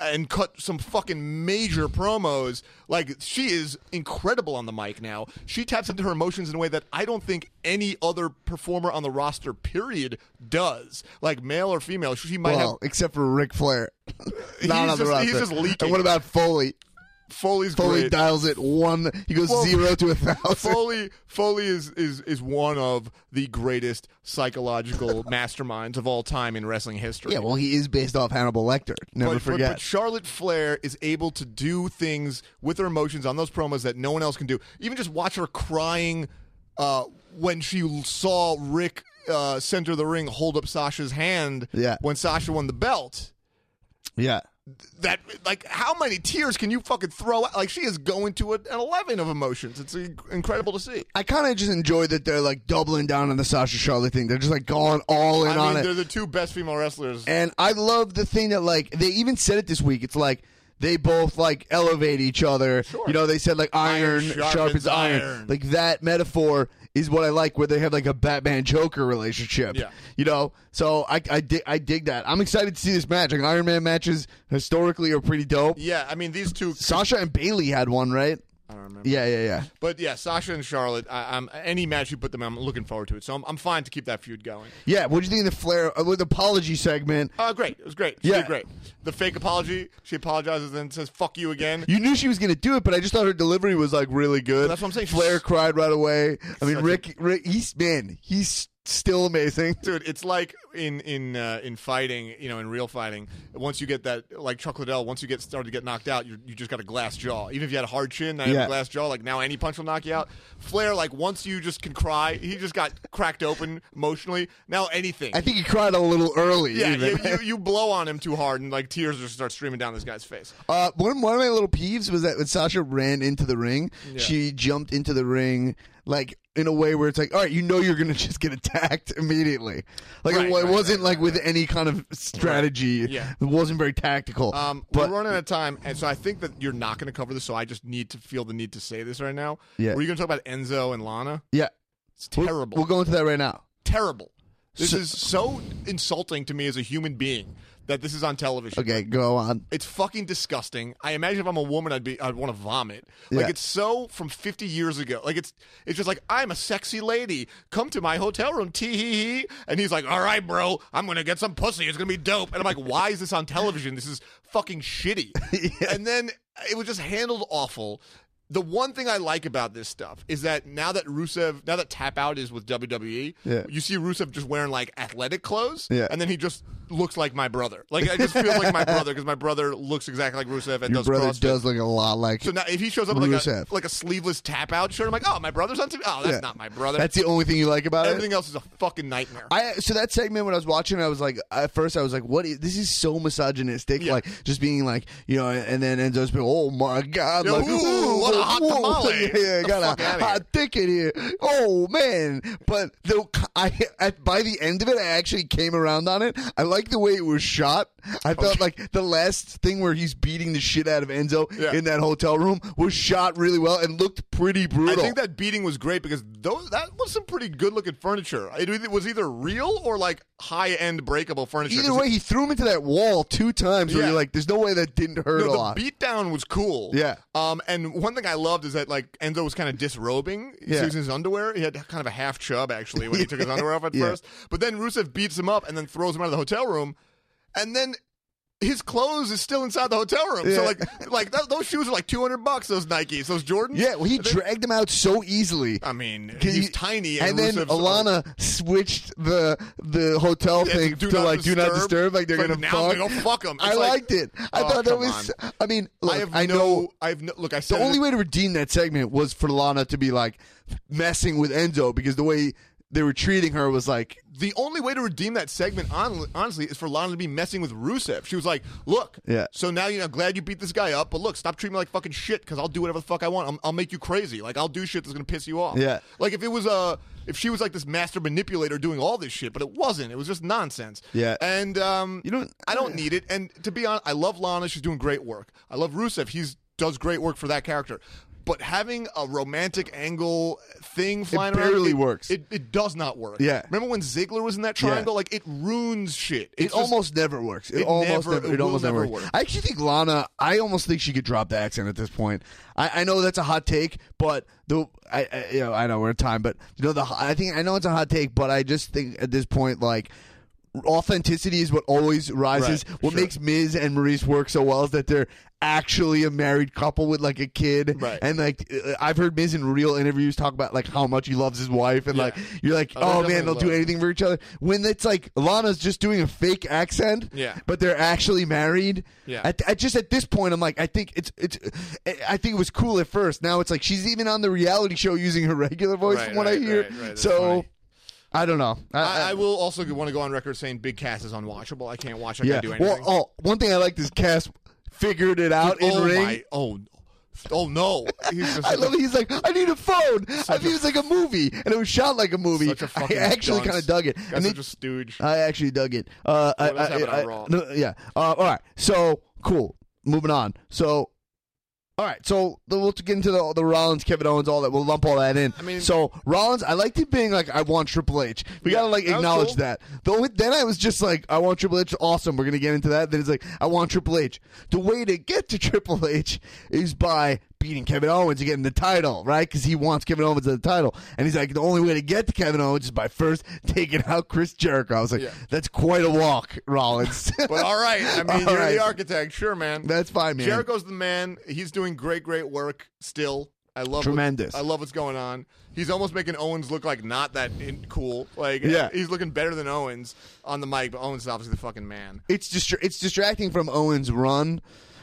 Speaker 2: and cut some fucking major promos. Like she is incredible on the mic now. She taps into her emotions in a way that I don't think any other performer on the roster period does. Like male or female, she might
Speaker 1: Well, except for Ric Flair, not
Speaker 2: He's
Speaker 1: on the
Speaker 2: just- he's
Speaker 1: roster.
Speaker 2: just leaking.
Speaker 1: And what about Foley?
Speaker 2: have Foley's
Speaker 1: Foley
Speaker 2: great.
Speaker 1: dials it one. He goes
Speaker 2: Well,
Speaker 1: zero to a thousand.
Speaker 2: Foley Foley is, is is one of the greatest psychological masterminds of all time in wrestling history.
Speaker 1: Yeah, well, he is based off Hannibal Lecter. Never
Speaker 2: but, but-
Speaker 1: forget.
Speaker 2: But, Charlotte Flair is able to do things with her emotions on those promos that no one else can do. Even just watch her crying uh, when she l- saw Rick uh, center of the ring hold up Sasha's hand
Speaker 1: Yeah.
Speaker 2: when Sasha won the belt.
Speaker 1: yeah.
Speaker 2: That like how many tears can you fucking throw out? Like she is going to a, an eleven of emotions. It's in- incredible to see.
Speaker 1: I kind of just enjoy that they're like doubling down on the Sasha Charlotte thing. They're just like going all in
Speaker 2: I
Speaker 1: on
Speaker 2: mean,
Speaker 1: it.
Speaker 2: they're the two best female wrestlers.
Speaker 1: And I love the thing that like they even said it this week. It's like they both like elevate each other. You know, they said like iron,
Speaker 2: Iron
Speaker 1: sharpens,
Speaker 2: sharpens
Speaker 1: iron.
Speaker 2: iron.
Speaker 1: Like that metaphor is what I like, where they have like a Batman Joker relationship.
Speaker 2: Yeah.
Speaker 1: You know, so I I, di- I dig that. I'm excited to see this match. Like Iron Man matches historically are pretty dope.
Speaker 2: yeah, I mean these two.
Speaker 1: Sasha and Bailey had one, right?
Speaker 2: I don't remember.
Speaker 1: Yeah, yeah, yeah.
Speaker 2: But yeah, Sasha and Charlotte. I, I'm any match you put them, in, I'm looking forward to it. So I'm, I'm fine to keep that feud going.
Speaker 1: Yeah, what do you think of the Flair uh, with the apology segment?
Speaker 2: Uh, great. It was great. She
Speaker 1: Yeah.
Speaker 2: did great. The fake apology. She apologizes and says "fuck you" again.
Speaker 1: You knew she was going to do it, but I just thought her delivery was like really good.
Speaker 2: That's what I'm saying.
Speaker 1: Flair cried right away. I mean,
Speaker 2: Such a-
Speaker 1: Rick, Rick, he's man, he's still amazing.
Speaker 2: Dude, it's like in in uh, in fighting, you know, in real fighting. Once you get that, like Chuck Liddell, once you get started to get knocked out, you you just got a glass jaw. Even if you had a hard chin, now you
Speaker 1: Yeah.
Speaker 2: have a glass jaw. Like now, any punch will knock you out. Flair, like once you just can cry, he just got cracked open emotionally. Now anything.
Speaker 1: I think he cried a little early.
Speaker 2: yeah, you,
Speaker 1: even.
Speaker 2: you, you blow on him too hard, and like tears just start streaming down this guy's face.
Speaker 1: Uh, one, one of my little peeves was that when Sasha ran into the ring, she jumped into the ring like in a way where it's like, all right, you know, you're gonna just get attacked immediately. Like it,
Speaker 2: Right,
Speaker 1: wa- it
Speaker 2: right,
Speaker 1: wasn't
Speaker 2: right,
Speaker 1: like with any kind of strategy.
Speaker 2: Yeah.
Speaker 1: it wasn't very tactical.
Speaker 2: Um,
Speaker 1: but
Speaker 2: we're running out of time, and so I think that you're not going to cover this. So I just need to feel the need to say this right now.
Speaker 1: Yeah.
Speaker 2: Were you going to talk about Enzo and Lana?
Speaker 1: yeah,
Speaker 2: It's terrible.
Speaker 1: We'll go into that right now.
Speaker 2: terrible. This is so insulting to me as a human being that this is on television.
Speaker 1: Okay, go on.
Speaker 2: It's fucking disgusting. I imagine if I'm a woman, I'd be, I'd want to vomit. Like
Speaker 1: Yeah.
Speaker 2: it's so from 50 years ago. Like it's, it's just like I'm a sexy lady. Come to my hotel room, tee hee hee. And he's like, "All right, bro, I'm gonna get some pussy. It's gonna be dope." And I'm like, "Why is this on television? This is fucking shitty." And then it was just handled awful. The one thing I like about this stuff is that now that Rusev, now that Tap Out is with WWE,
Speaker 1: Yeah.
Speaker 2: you see Rusev just wearing like athletic clothes,
Speaker 1: Yeah.
Speaker 2: and then he just looks like my brother. Like I just feel like my brother because my brother looks exactly like Rusev and
Speaker 1: Your
Speaker 2: does
Speaker 1: brother
Speaker 2: CrossFit.
Speaker 1: does look a lot like.
Speaker 2: so now if he shows up like a,
Speaker 1: Rusev.
Speaker 2: like a sleeveless tap out shirt, I'm like, oh, my brother's on TV. Oh, that's
Speaker 1: Yeah.
Speaker 2: not my brother.
Speaker 1: that's the only thing you like about it.
Speaker 2: Everything else is a fucking nightmare.
Speaker 1: I so that segment when I was watching, I was like, at first I was like, "What? Is, this is so misogynistic."
Speaker 2: Yeah.
Speaker 1: Like just being like, you know, and then ends up being, "Oh my god!"
Speaker 2: Yeah,
Speaker 1: like,
Speaker 2: ooh, what a hot tamale.
Speaker 1: Yeah, yeah,
Speaker 2: The
Speaker 1: got
Speaker 2: fuck
Speaker 1: a
Speaker 2: outta
Speaker 1: hot ticket here. Oh man! But though I at, by the end of it, I actually came around on it. I like the way it was shot. I felt like the last thing where he's beating the shit out of Enzo
Speaker 2: Yeah.
Speaker 1: in that hotel room was shot really well and looked pretty
Speaker 2: I
Speaker 1: brutal.
Speaker 2: think that beating was great because those that was some pretty good looking furniture. It either- was either real or like high end breakable furniture.
Speaker 1: Either
Speaker 2: 'Cause
Speaker 1: way, he threw him into that wall two times. Where
Speaker 2: Yeah.
Speaker 1: you're like, "There's no way that didn't hurt
Speaker 2: No,
Speaker 1: a lot."
Speaker 2: the beatdown was cool.
Speaker 1: Yeah.
Speaker 2: Um, and one thing I loved is that like Enzo was kind of disrobing
Speaker 1: Yeah.
Speaker 2: using his underwear. He had kind of a half chub actually when he took his underwear off at
Speaker 1: Yeah.
Speaker 2: first. But then Rusev beats him up and then throws him out of the hotel room, and then. His clothes is still inside the hotel room, so
Speaker 1: Yeah.
Speaker 2: like, like th- those shoes are like two hundred bucks. Those Nikes, those Jordans.
Speaker 1: Yeah, well, he
Speaker 2: And then-
Speaker 1: dragged him out so easily.
Speaker 2: I mean,
Speaker 1: Can
Speaker 2: he's
Speaker 1: you-
Speaker 2: tiny,
Speaker 1: And
Speaker 2: and,
Speaker 1: then
Speaker 2: Rusev's- uh,
Speaker 1: Alana switched the the hotel
Speaker 2: Yeah,
Speaker 1: thing
Speaker 2: do
Speaker 1: to
Speaker 2: not
Speaker 1: like do not
Speaker 2: disturb.
Speaker 1: disturb, like they're
Speaker 2: It's
Speaker 1: gonna
Speaker 2: like, now
Speaker 1: fuck.
Speaker 2: I'm gonna go fuck 'em.
Speaker 1: I
Speaker 2: It's like-
Speaker 1: liked it. I
Speaker 2: Oh,
Speaker 1: thought that
Speaker 2: come
Speaker 1: was.
Speaker 2: on.
Speaker 1: I mean, look,
Speaker 2: I have
Speaker 1: I
Speaker 2: no,
Speaker 1: know
Speaker 2: I have no. Look, I said
Speaker 1: the
Speaker 2: it-
Speaker 1: only way to redeem that segment was for Lana to be like messing with Enzo because the way they were treating her was like
Speaker 2: the only way to redeem that segment, hon- honestly, is for Lana to be messing with Rusev. She was like, "Look,
Speaker 1: Yeah.
Speaker 2: So now you know, glad you beat this guy up, but look, stop treating me like fucking shit because I'll do whatever the fuck I want. I'm, I'll make you crazy. Like I'll do shit that's gonna piss you off.
Speaker 1: Yeah.
Speaker 2: Like if it was uh if she was like this master manipulator doing all this shit, but it wasn't. It was just nonsense.
Speaker 1: Yeah.
Speaker 2: And um,
Speaker 1: You don't-
Speaker 2: I don't need it. And to be honest, I love Lana. She's doing great work. I love Rusev. He's does great work for that character. But having a romantic angle thing flying around
Speaker 1: barely
Speaker 2: it-
Speaker 1: works.
Speaker 2: It, it does not work.
Speaker 1: Yeah.
Speaker 2: Remember when Ziggler was in that triangle? Like it ruins shit.
Speaker 1: it
Speaker 2: It's just-
Speaker 1: almost never works. It,
Speaker 2: it
Speaker 1: almost
Speaker 2: never-
Speaker 1: never,
Speaker 2: it
Speaker 1: it
Speaker 2: will
Speaker 1: almost never
Speaker 2: never
Speaker 1: works.
Speaker 2: work.
Speaker 1: I actually think Lana. I almost think she could drop the accent at this point. I, I know that's a hot take, but the I, I you know I know we're at time, but you know the I think I know it's a hot take, but I just think at this point like. Authenticity is what always rises.
Speaker 2: Right,
Speaker 1: what
Speaker 2: sure.
Speaker 1: makes Miz and Maurice work so well is that they're actually a married couple with like a kid.
Speaker 2: Right.
Speaker 1: And like, uh, I've heard Miz in real interviews talk about like how much he loves his wife, and
Speaker 2: Yeah.
Speaker 1: like you're like,
Speaker 2: they're
Speaker 1: oh man,
Speaker 2: definitely
Speaker 1: they'll do
Speaker 2: love.
Speaker 1: anything for each other. When it's like Lana's just doing a fake accent,
Speaker 2: Yeah.
Speaker 1: but they're actually married.
Speaker 2: Yeah.
Speaker 1: I, I just at this point, I'm like, I think it's it's, I think it was cool at first. Now it's like she's even on the reality show using her regular voice,
Speaker 2: Right,
Speaker 1: from what I
Speaker 2: right,
Speaker 1: hear.
Speaker 2: right, right. That's
Speaker 1: so.
Speaker 2: funny.
Speaker 1: I don't know.
Speaker 2: I, I will also want to go on record saying Big Cass is unwatchable. I can't watch. I
Speaker 1: yeah.
Speaker 2: can't do
Speaker 1: well,
Speaker 2: anything.
Speaker 1: oh, one thing I like is Cass figured it out in
Speaker 2: oh
Speaker 1: ring.
Speaker 2: my! Oh, oh no! He's just
Speaker 1: I love it. He's like, I need a phone. I think it was like a movie, and it was shot like a movie.
Speaker 2: Such a
Speaker 1: I
Speaker 2: fucking
Speaker 1: actually
Speaker 2: dunce.
Speaker 1: kind of dug it.
Speaker 2: That's
Speaker 1: And they-
Speaker 2: such a stooge.
Speaker 1: I actually dug it. Uh, I,
Speaker 2: What else
Speaker 1: I-
Speaker 2: happened on
Speaker 1: I-
Speaker 2: Raw?
Speaker 1: no, yeah. Uh, all right. So cool. Moving on. So. All right, so the, we'll get into the, the Rollins, Kevin Owens, all that. We'll lump all that in. I
Speaker 2: mean-
Speaker 1: so Rollins, I liked it being like, I want Triple H. We
Speaker 2: Yeah,
Speaker 1: gotta like
Speaker 2: that was
Speaker 1: acknowledge
Speaker 2: cool.
Speaker 1: that. The only, then I was just like, I want Triple H. Awesome, we're gonna get into that. Then it's like, I want Triple H. The way to get to Triple H is by beating Kevin Owens and getting the title, right? Because he wants Kevin Owens the title, and he's like, the only way to get to Kevin Owens is by first taking out Chris Jericho. I was like,
Speaker 2: Yeah.
Speaker 1: that's quite a walk, Rollins.
Speaker 2: But all right, I mean,
Speaker 1: All
Speaker 2: you're
Speaker 1: right.
Speaker 2: the architect, sure, man.
Speaker 1: that's fine, man.
Speaker 2: Jericho's the man. He's doing great, great work still. I love what-
Speaker 1: Tremendous.
Speaker 2: I love what's going on. He's almost making Owens look like not that in, cool. Like,
Speaker 1: Yeah.
Speaker 2: he's looking better than Owens on the mic, but Owens is obviously the fucking man.
Speaker 1: it's distra- it's distracting from Owens' run,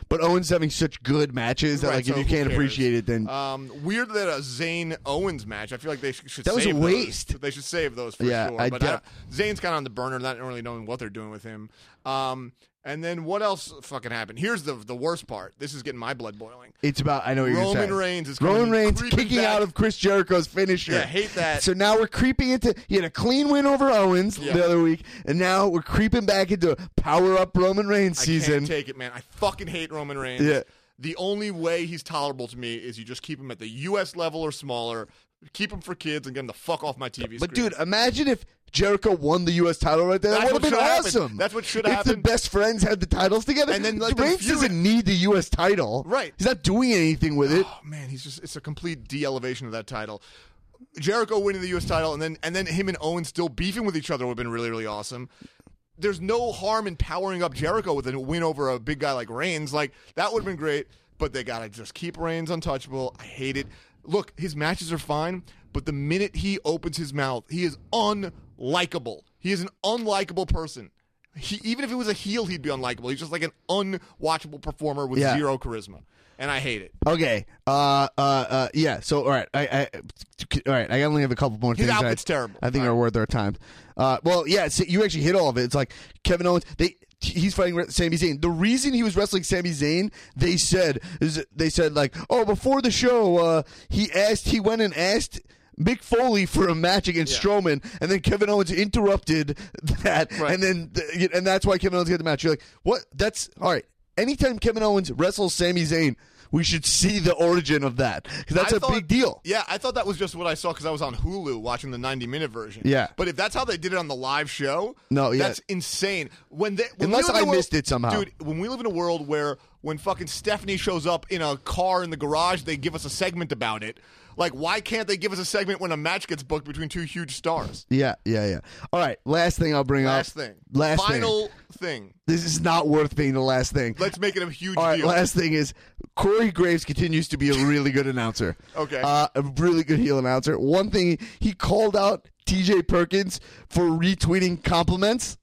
Speaker 1: but Owens having such good matches that
Speaker 2: Right,
Speaker 1: like
Speaker 2: so
Speaker 1: if you
Speaker 2: who
Speaker 1: can't
Speaker 2: cares?
Speaker 1: appreciate it, then
Speaker 2: Um, weird that a Zayn Owens match. I feel like they sh- should.
Speaker 1: That was a
Speaker 2: save
Speaker 1: waste.
Speaker 2: Those. They should save those for
Speaker 1: Yeah,
Speaker 2: sure.
Speaker 1: I
Speaker 2: but
Speaker 1: de-
Speaker 2: I don't- Zayn's kind of on the burner, not really knowing what they're doing with him. Um, and then what else fucking happened? Here's the the worst part. This is getting my blood boiling.
Speaker 1: it's about I know what you're
Speaker 2: Roman
Speaker 1: saying.
Speaker 2: Reigns is
Speaker 1: Roman
Speaker 2: coming-
Speaker 1: Reigns
Speaker 2: creeping
Speaker 1: kicking
Speaker 2: back.
Speaker 1: out of Chris Jericho's finisher.
Speaker 2: Yeah, hate that.
Speaker 1: So now we're creeping into he had a clean win over Owens
Speaker 2: Yeah.
Speaker 1: the other week, and now we're creeping back into power up Roman Reigns
Speaker 2: I
Speaker 1: season.
Speaker 2: can't take it, man. I fucking hate Roman Reigns.
Speaker 1: Yeah.
Speaker 2: The only way he's tolerable to me is you just keep him at the U.S. level or smaller. keep them for kids and get them the fuck off my TV.
Speaker 1: But
Speaker 2: screen.
Speaker 1: dude, imagine if Jericho won the U.S. title right there. That
Speaker 2: That's
Speaker 1: would have been
Speaker 2: what should happen.
Speaker 1: awesome.
Speaker 2: That's what should
Speaker 1: if
Speaker 2: happen.
Speaker 1: the best friends had the titles together.
Speaker 2: And then let them
Speaker 1: Reigns
Speaker 2: feud.
Speaker 1: doesn't need the U.S. title.
Speaker 2: Right.
Speaker 1: He's not doing anything with it.
Speaker 2: oh man, he's just—it's a complete de-elevation of that title. Jericho winning the U.S. title, and then and then him and Owen still beefing with each other would have been really, really awesome. There's no harm in powering up Jericho with a win over a big guy like Reigns. Like that would have been great, but they gotta just keep Reigns untouchable. I hate it. Look, his matches are fine, but the minute he opens his mouth, he is unlikable. He is an unlikable person. He, even if it was a heel, he'd be unlikable. He's just like an unwatchable performer with
Speaker 1: Yeah.
Speaker 2: zero charisma, and I hate it.
Speaker 1: Okay. Uh. Uh. uh yeah. So all right. I. I all right. I only have a couple more
Speaker 2: His
Speaker 1: things. I-
Speaker 2: outfit's terrible.
Speaker 1: I think
Speaker 2: All
Speaker 1: are worth our time. Uh. Well. Yeah. So you actually hit all of it. It's like Kevin Owens. They. He's fighting Re- Sami Zayn. The reason he was wrestling Sami Zayn, they said, is they said like, oh, before the show, uh, he asked, he went and asked. Mick Foley for a match against
Speaker 2: Yeah.
Speaker 1: Strowman, and then Kevin Owens interrupted that,
Speaker 2: Right.
Speaker 1: and then th- and that's why Kevin Owens got the match. You're like, what? That's all right. Anytime Kevin Owens wrestles Sami Zayn, we should see the origin of that because that's
Speaker 2: I
Speaker 1: a
Speaker 2: thought-
Speaker 1: big deal.
Speaker 2: Yeah, I thought that was just what I saw because I was on Hulu watching the 90 minute version.
Speaker 1: Yeah.
Speaker 2: But if that's how they did it on the live show,
Speaker 1: No, yeah.
Speaker 2: that's insane. When they, when we
Speaker 1: Unless
Speaker 2: live in a
Speaker 1: I missed it somehow.
Speaker 2: Dude, when we live in a world where when fucking Stephanie shows up in a car in the garage, they give us a segment about it. Like, why can't they give us a segment when a match gets booked between two huge stars?
Speaker 1: Yeah, yeah, yeah. All right, last thing I'll bring
Speaker 2: Last
Speaker 1: up.
Speaker 2: thing.
Speaker 1: Last thing.
Speaker 2: Final thing.
Speaker 1: This is not worth being the last thing.
Speaker 2: Let's make it a huge
Speaker 1: All right,
Speaker 2: deal.
Speaker 1: last thing is Corey Graves continues to be a really good announcer.
Speaker 2: Okay.
Speaker 1: Uh, a really good heel announcer. One thing, he called out TJ Perkins for retweeting compliments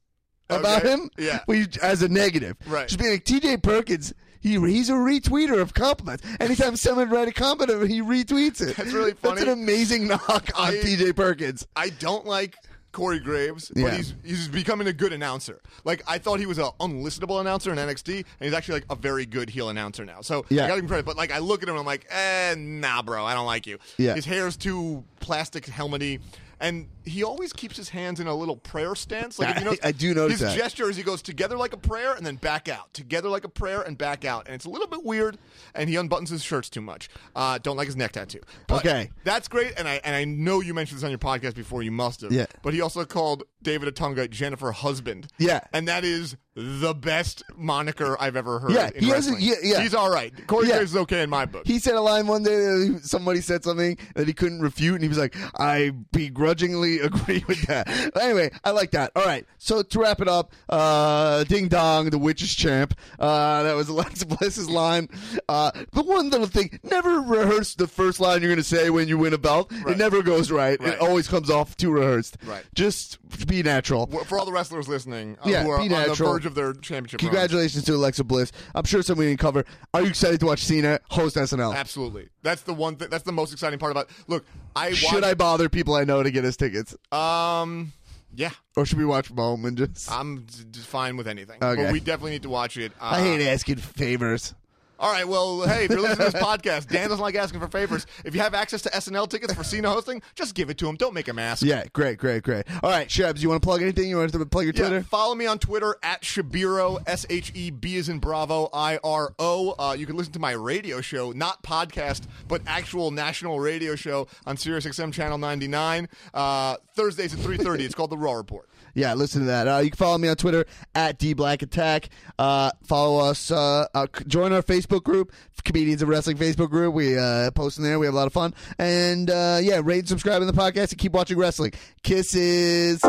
Speaker 1: about
Speaker 2: Okay,
Speaker 1: him
Speaker 2: yeah.
Speaker 1: we- as a negative.
Speaker 2: Right.
Speaker 1: Just being like, TJ Perkins. He, he's a retweeter of compliments. Anytime someone writes a comment of him, he retweets it.
Speaker 2: That's really
Speaker 1: That's an
Speaker 2: funny.
Speaker 1: amazing knock on
Speaker 2: I-
Speaker 1: TJ Perkins.
Speaker 2: I don't like Corey Graves, but
Speaker 1: Yeah.
Speaker 2: he's he's becoming a good announcer. Like I thought he was an unlistenable announcer in NXT, and he's actually like a very good heel announcer now. So
Speaker 1: Yeah.
Speaker 2: I got him credit. But like I look at him, and I'm like, eh, nah, bro, I don't like you.
Speaker 1: Yeah.
Speaker 2: his hair's too plastic, helmety. And he always keeps his hands in a little prayer stance. Like if you
Speaker 1: I- I do notice
Speaker 2: his
Speaker 1: that.
Speaker 2: gesture is he goes together like a prayer and then back out, together like a prayer and back out, and it's a little bit weird. And he unbuttons his shirts too much. Uh, don't like his neck tattoo. But
Speaker 1: Okay.
Speaker 2: that's great, and I and I know you mentioned this on your podcast before. You must have.
Speaker 1: Yeah.
Speaker 2: But he also called David Atunga Jennifer husband.
Speaker 1: Yeah.
Speaker 2: And that is the best moniker I've ever heard.
Speaker 1: Yeah,
Speaker 2: in
Speaker 1: he hasn't-
Speaker 2: wrestling.
Speaker 1: yeah, yeah.
Speaker 2: He's all right. Corey
Speaker 1: Yeah.
Speaker 2: Graves is okay in my book.
Speaker 1: He said a line one day that somebody said something that he couldn't refute, and he was like, "I begrudgingly agree with that." anyway, I like that. All right, so to wrap it up, uh, Ding Dong, the witch's champ. Uh, that was Alexa Bliss's line. Uh, the one little thing: never rehearse the first line you're going to say when you win a belt. It
Speaker 2: Right.
Speaker 1: never goes right. It
Speaker 2: Right.
Speaker 1: always comes off too rehearsed.
Speaker 2: Right.
Speaker 1: Just be natural.
Speaker 2: Well, For all the wrestlers listening uh,
Speaker 1: Yeah,
Speaker 2: who are
Speaker 1: be
Speaker 2: on the
Speaker 1: natural.
Speaker 2: verge of their championship, runs.
Speaker 1: Congratulations to Alexa Bliss. I'm sure something we didn't cover. Are you excited to watch Cena host SNL?
Speaker 2: Absolutely. That's the one. Th- that's the most exciting part about. Look, I
Speaker 1: Should I bother people I know to get us tickets?
Speaker 2: I? Um. Yeah,
Speaker 1: Or should we watch from home and just?
Speaker 2: I'm d- d- fine with anything.
Speaker 1: Okay.
Speaker 2: But we definitely need to watch it. Uh,
Speaker 1: I hate asking favors.
Speaker 2: All right, well, hey, if you're listening to this podcast, Dan doesn't like asking for favors. If you have access to SNL tickets for Cena hosting, just give it to him. Don't make him ask.
Speaker 1: Yeah, great, great, great. All right, Shebs, you want to plug anything? You want to plug your
Speaker 2: Yeah,
Speaker 1: Twitter?
Speaker 2: follow me on Twitter at Shabiro, S H E B is in Bravo, I R O. Uh, you can listen to my radio show, not podcast, but actual national radio show on Sirius XM Channel 99, uh, Thursdays at 3.30. it's called The Raw Report.
Speaker 1: Yeah, listen to that. Uh, you can follow me on Twitter at dblackattack. Uh, follow us. Uh, uh, c- join our Facebook group, Comedians of Wrestling Facebook group. We uh, post in there. We have a lot of fun. And uh, yeah, rate and subscribe in the podcast and keep watching wrestling. Kisses.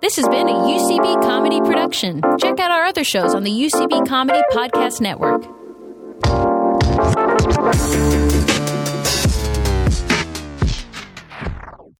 Speaker 3: This has been a UCB comedy production. Check out our other shows on the UCB Comedy Podcast Network.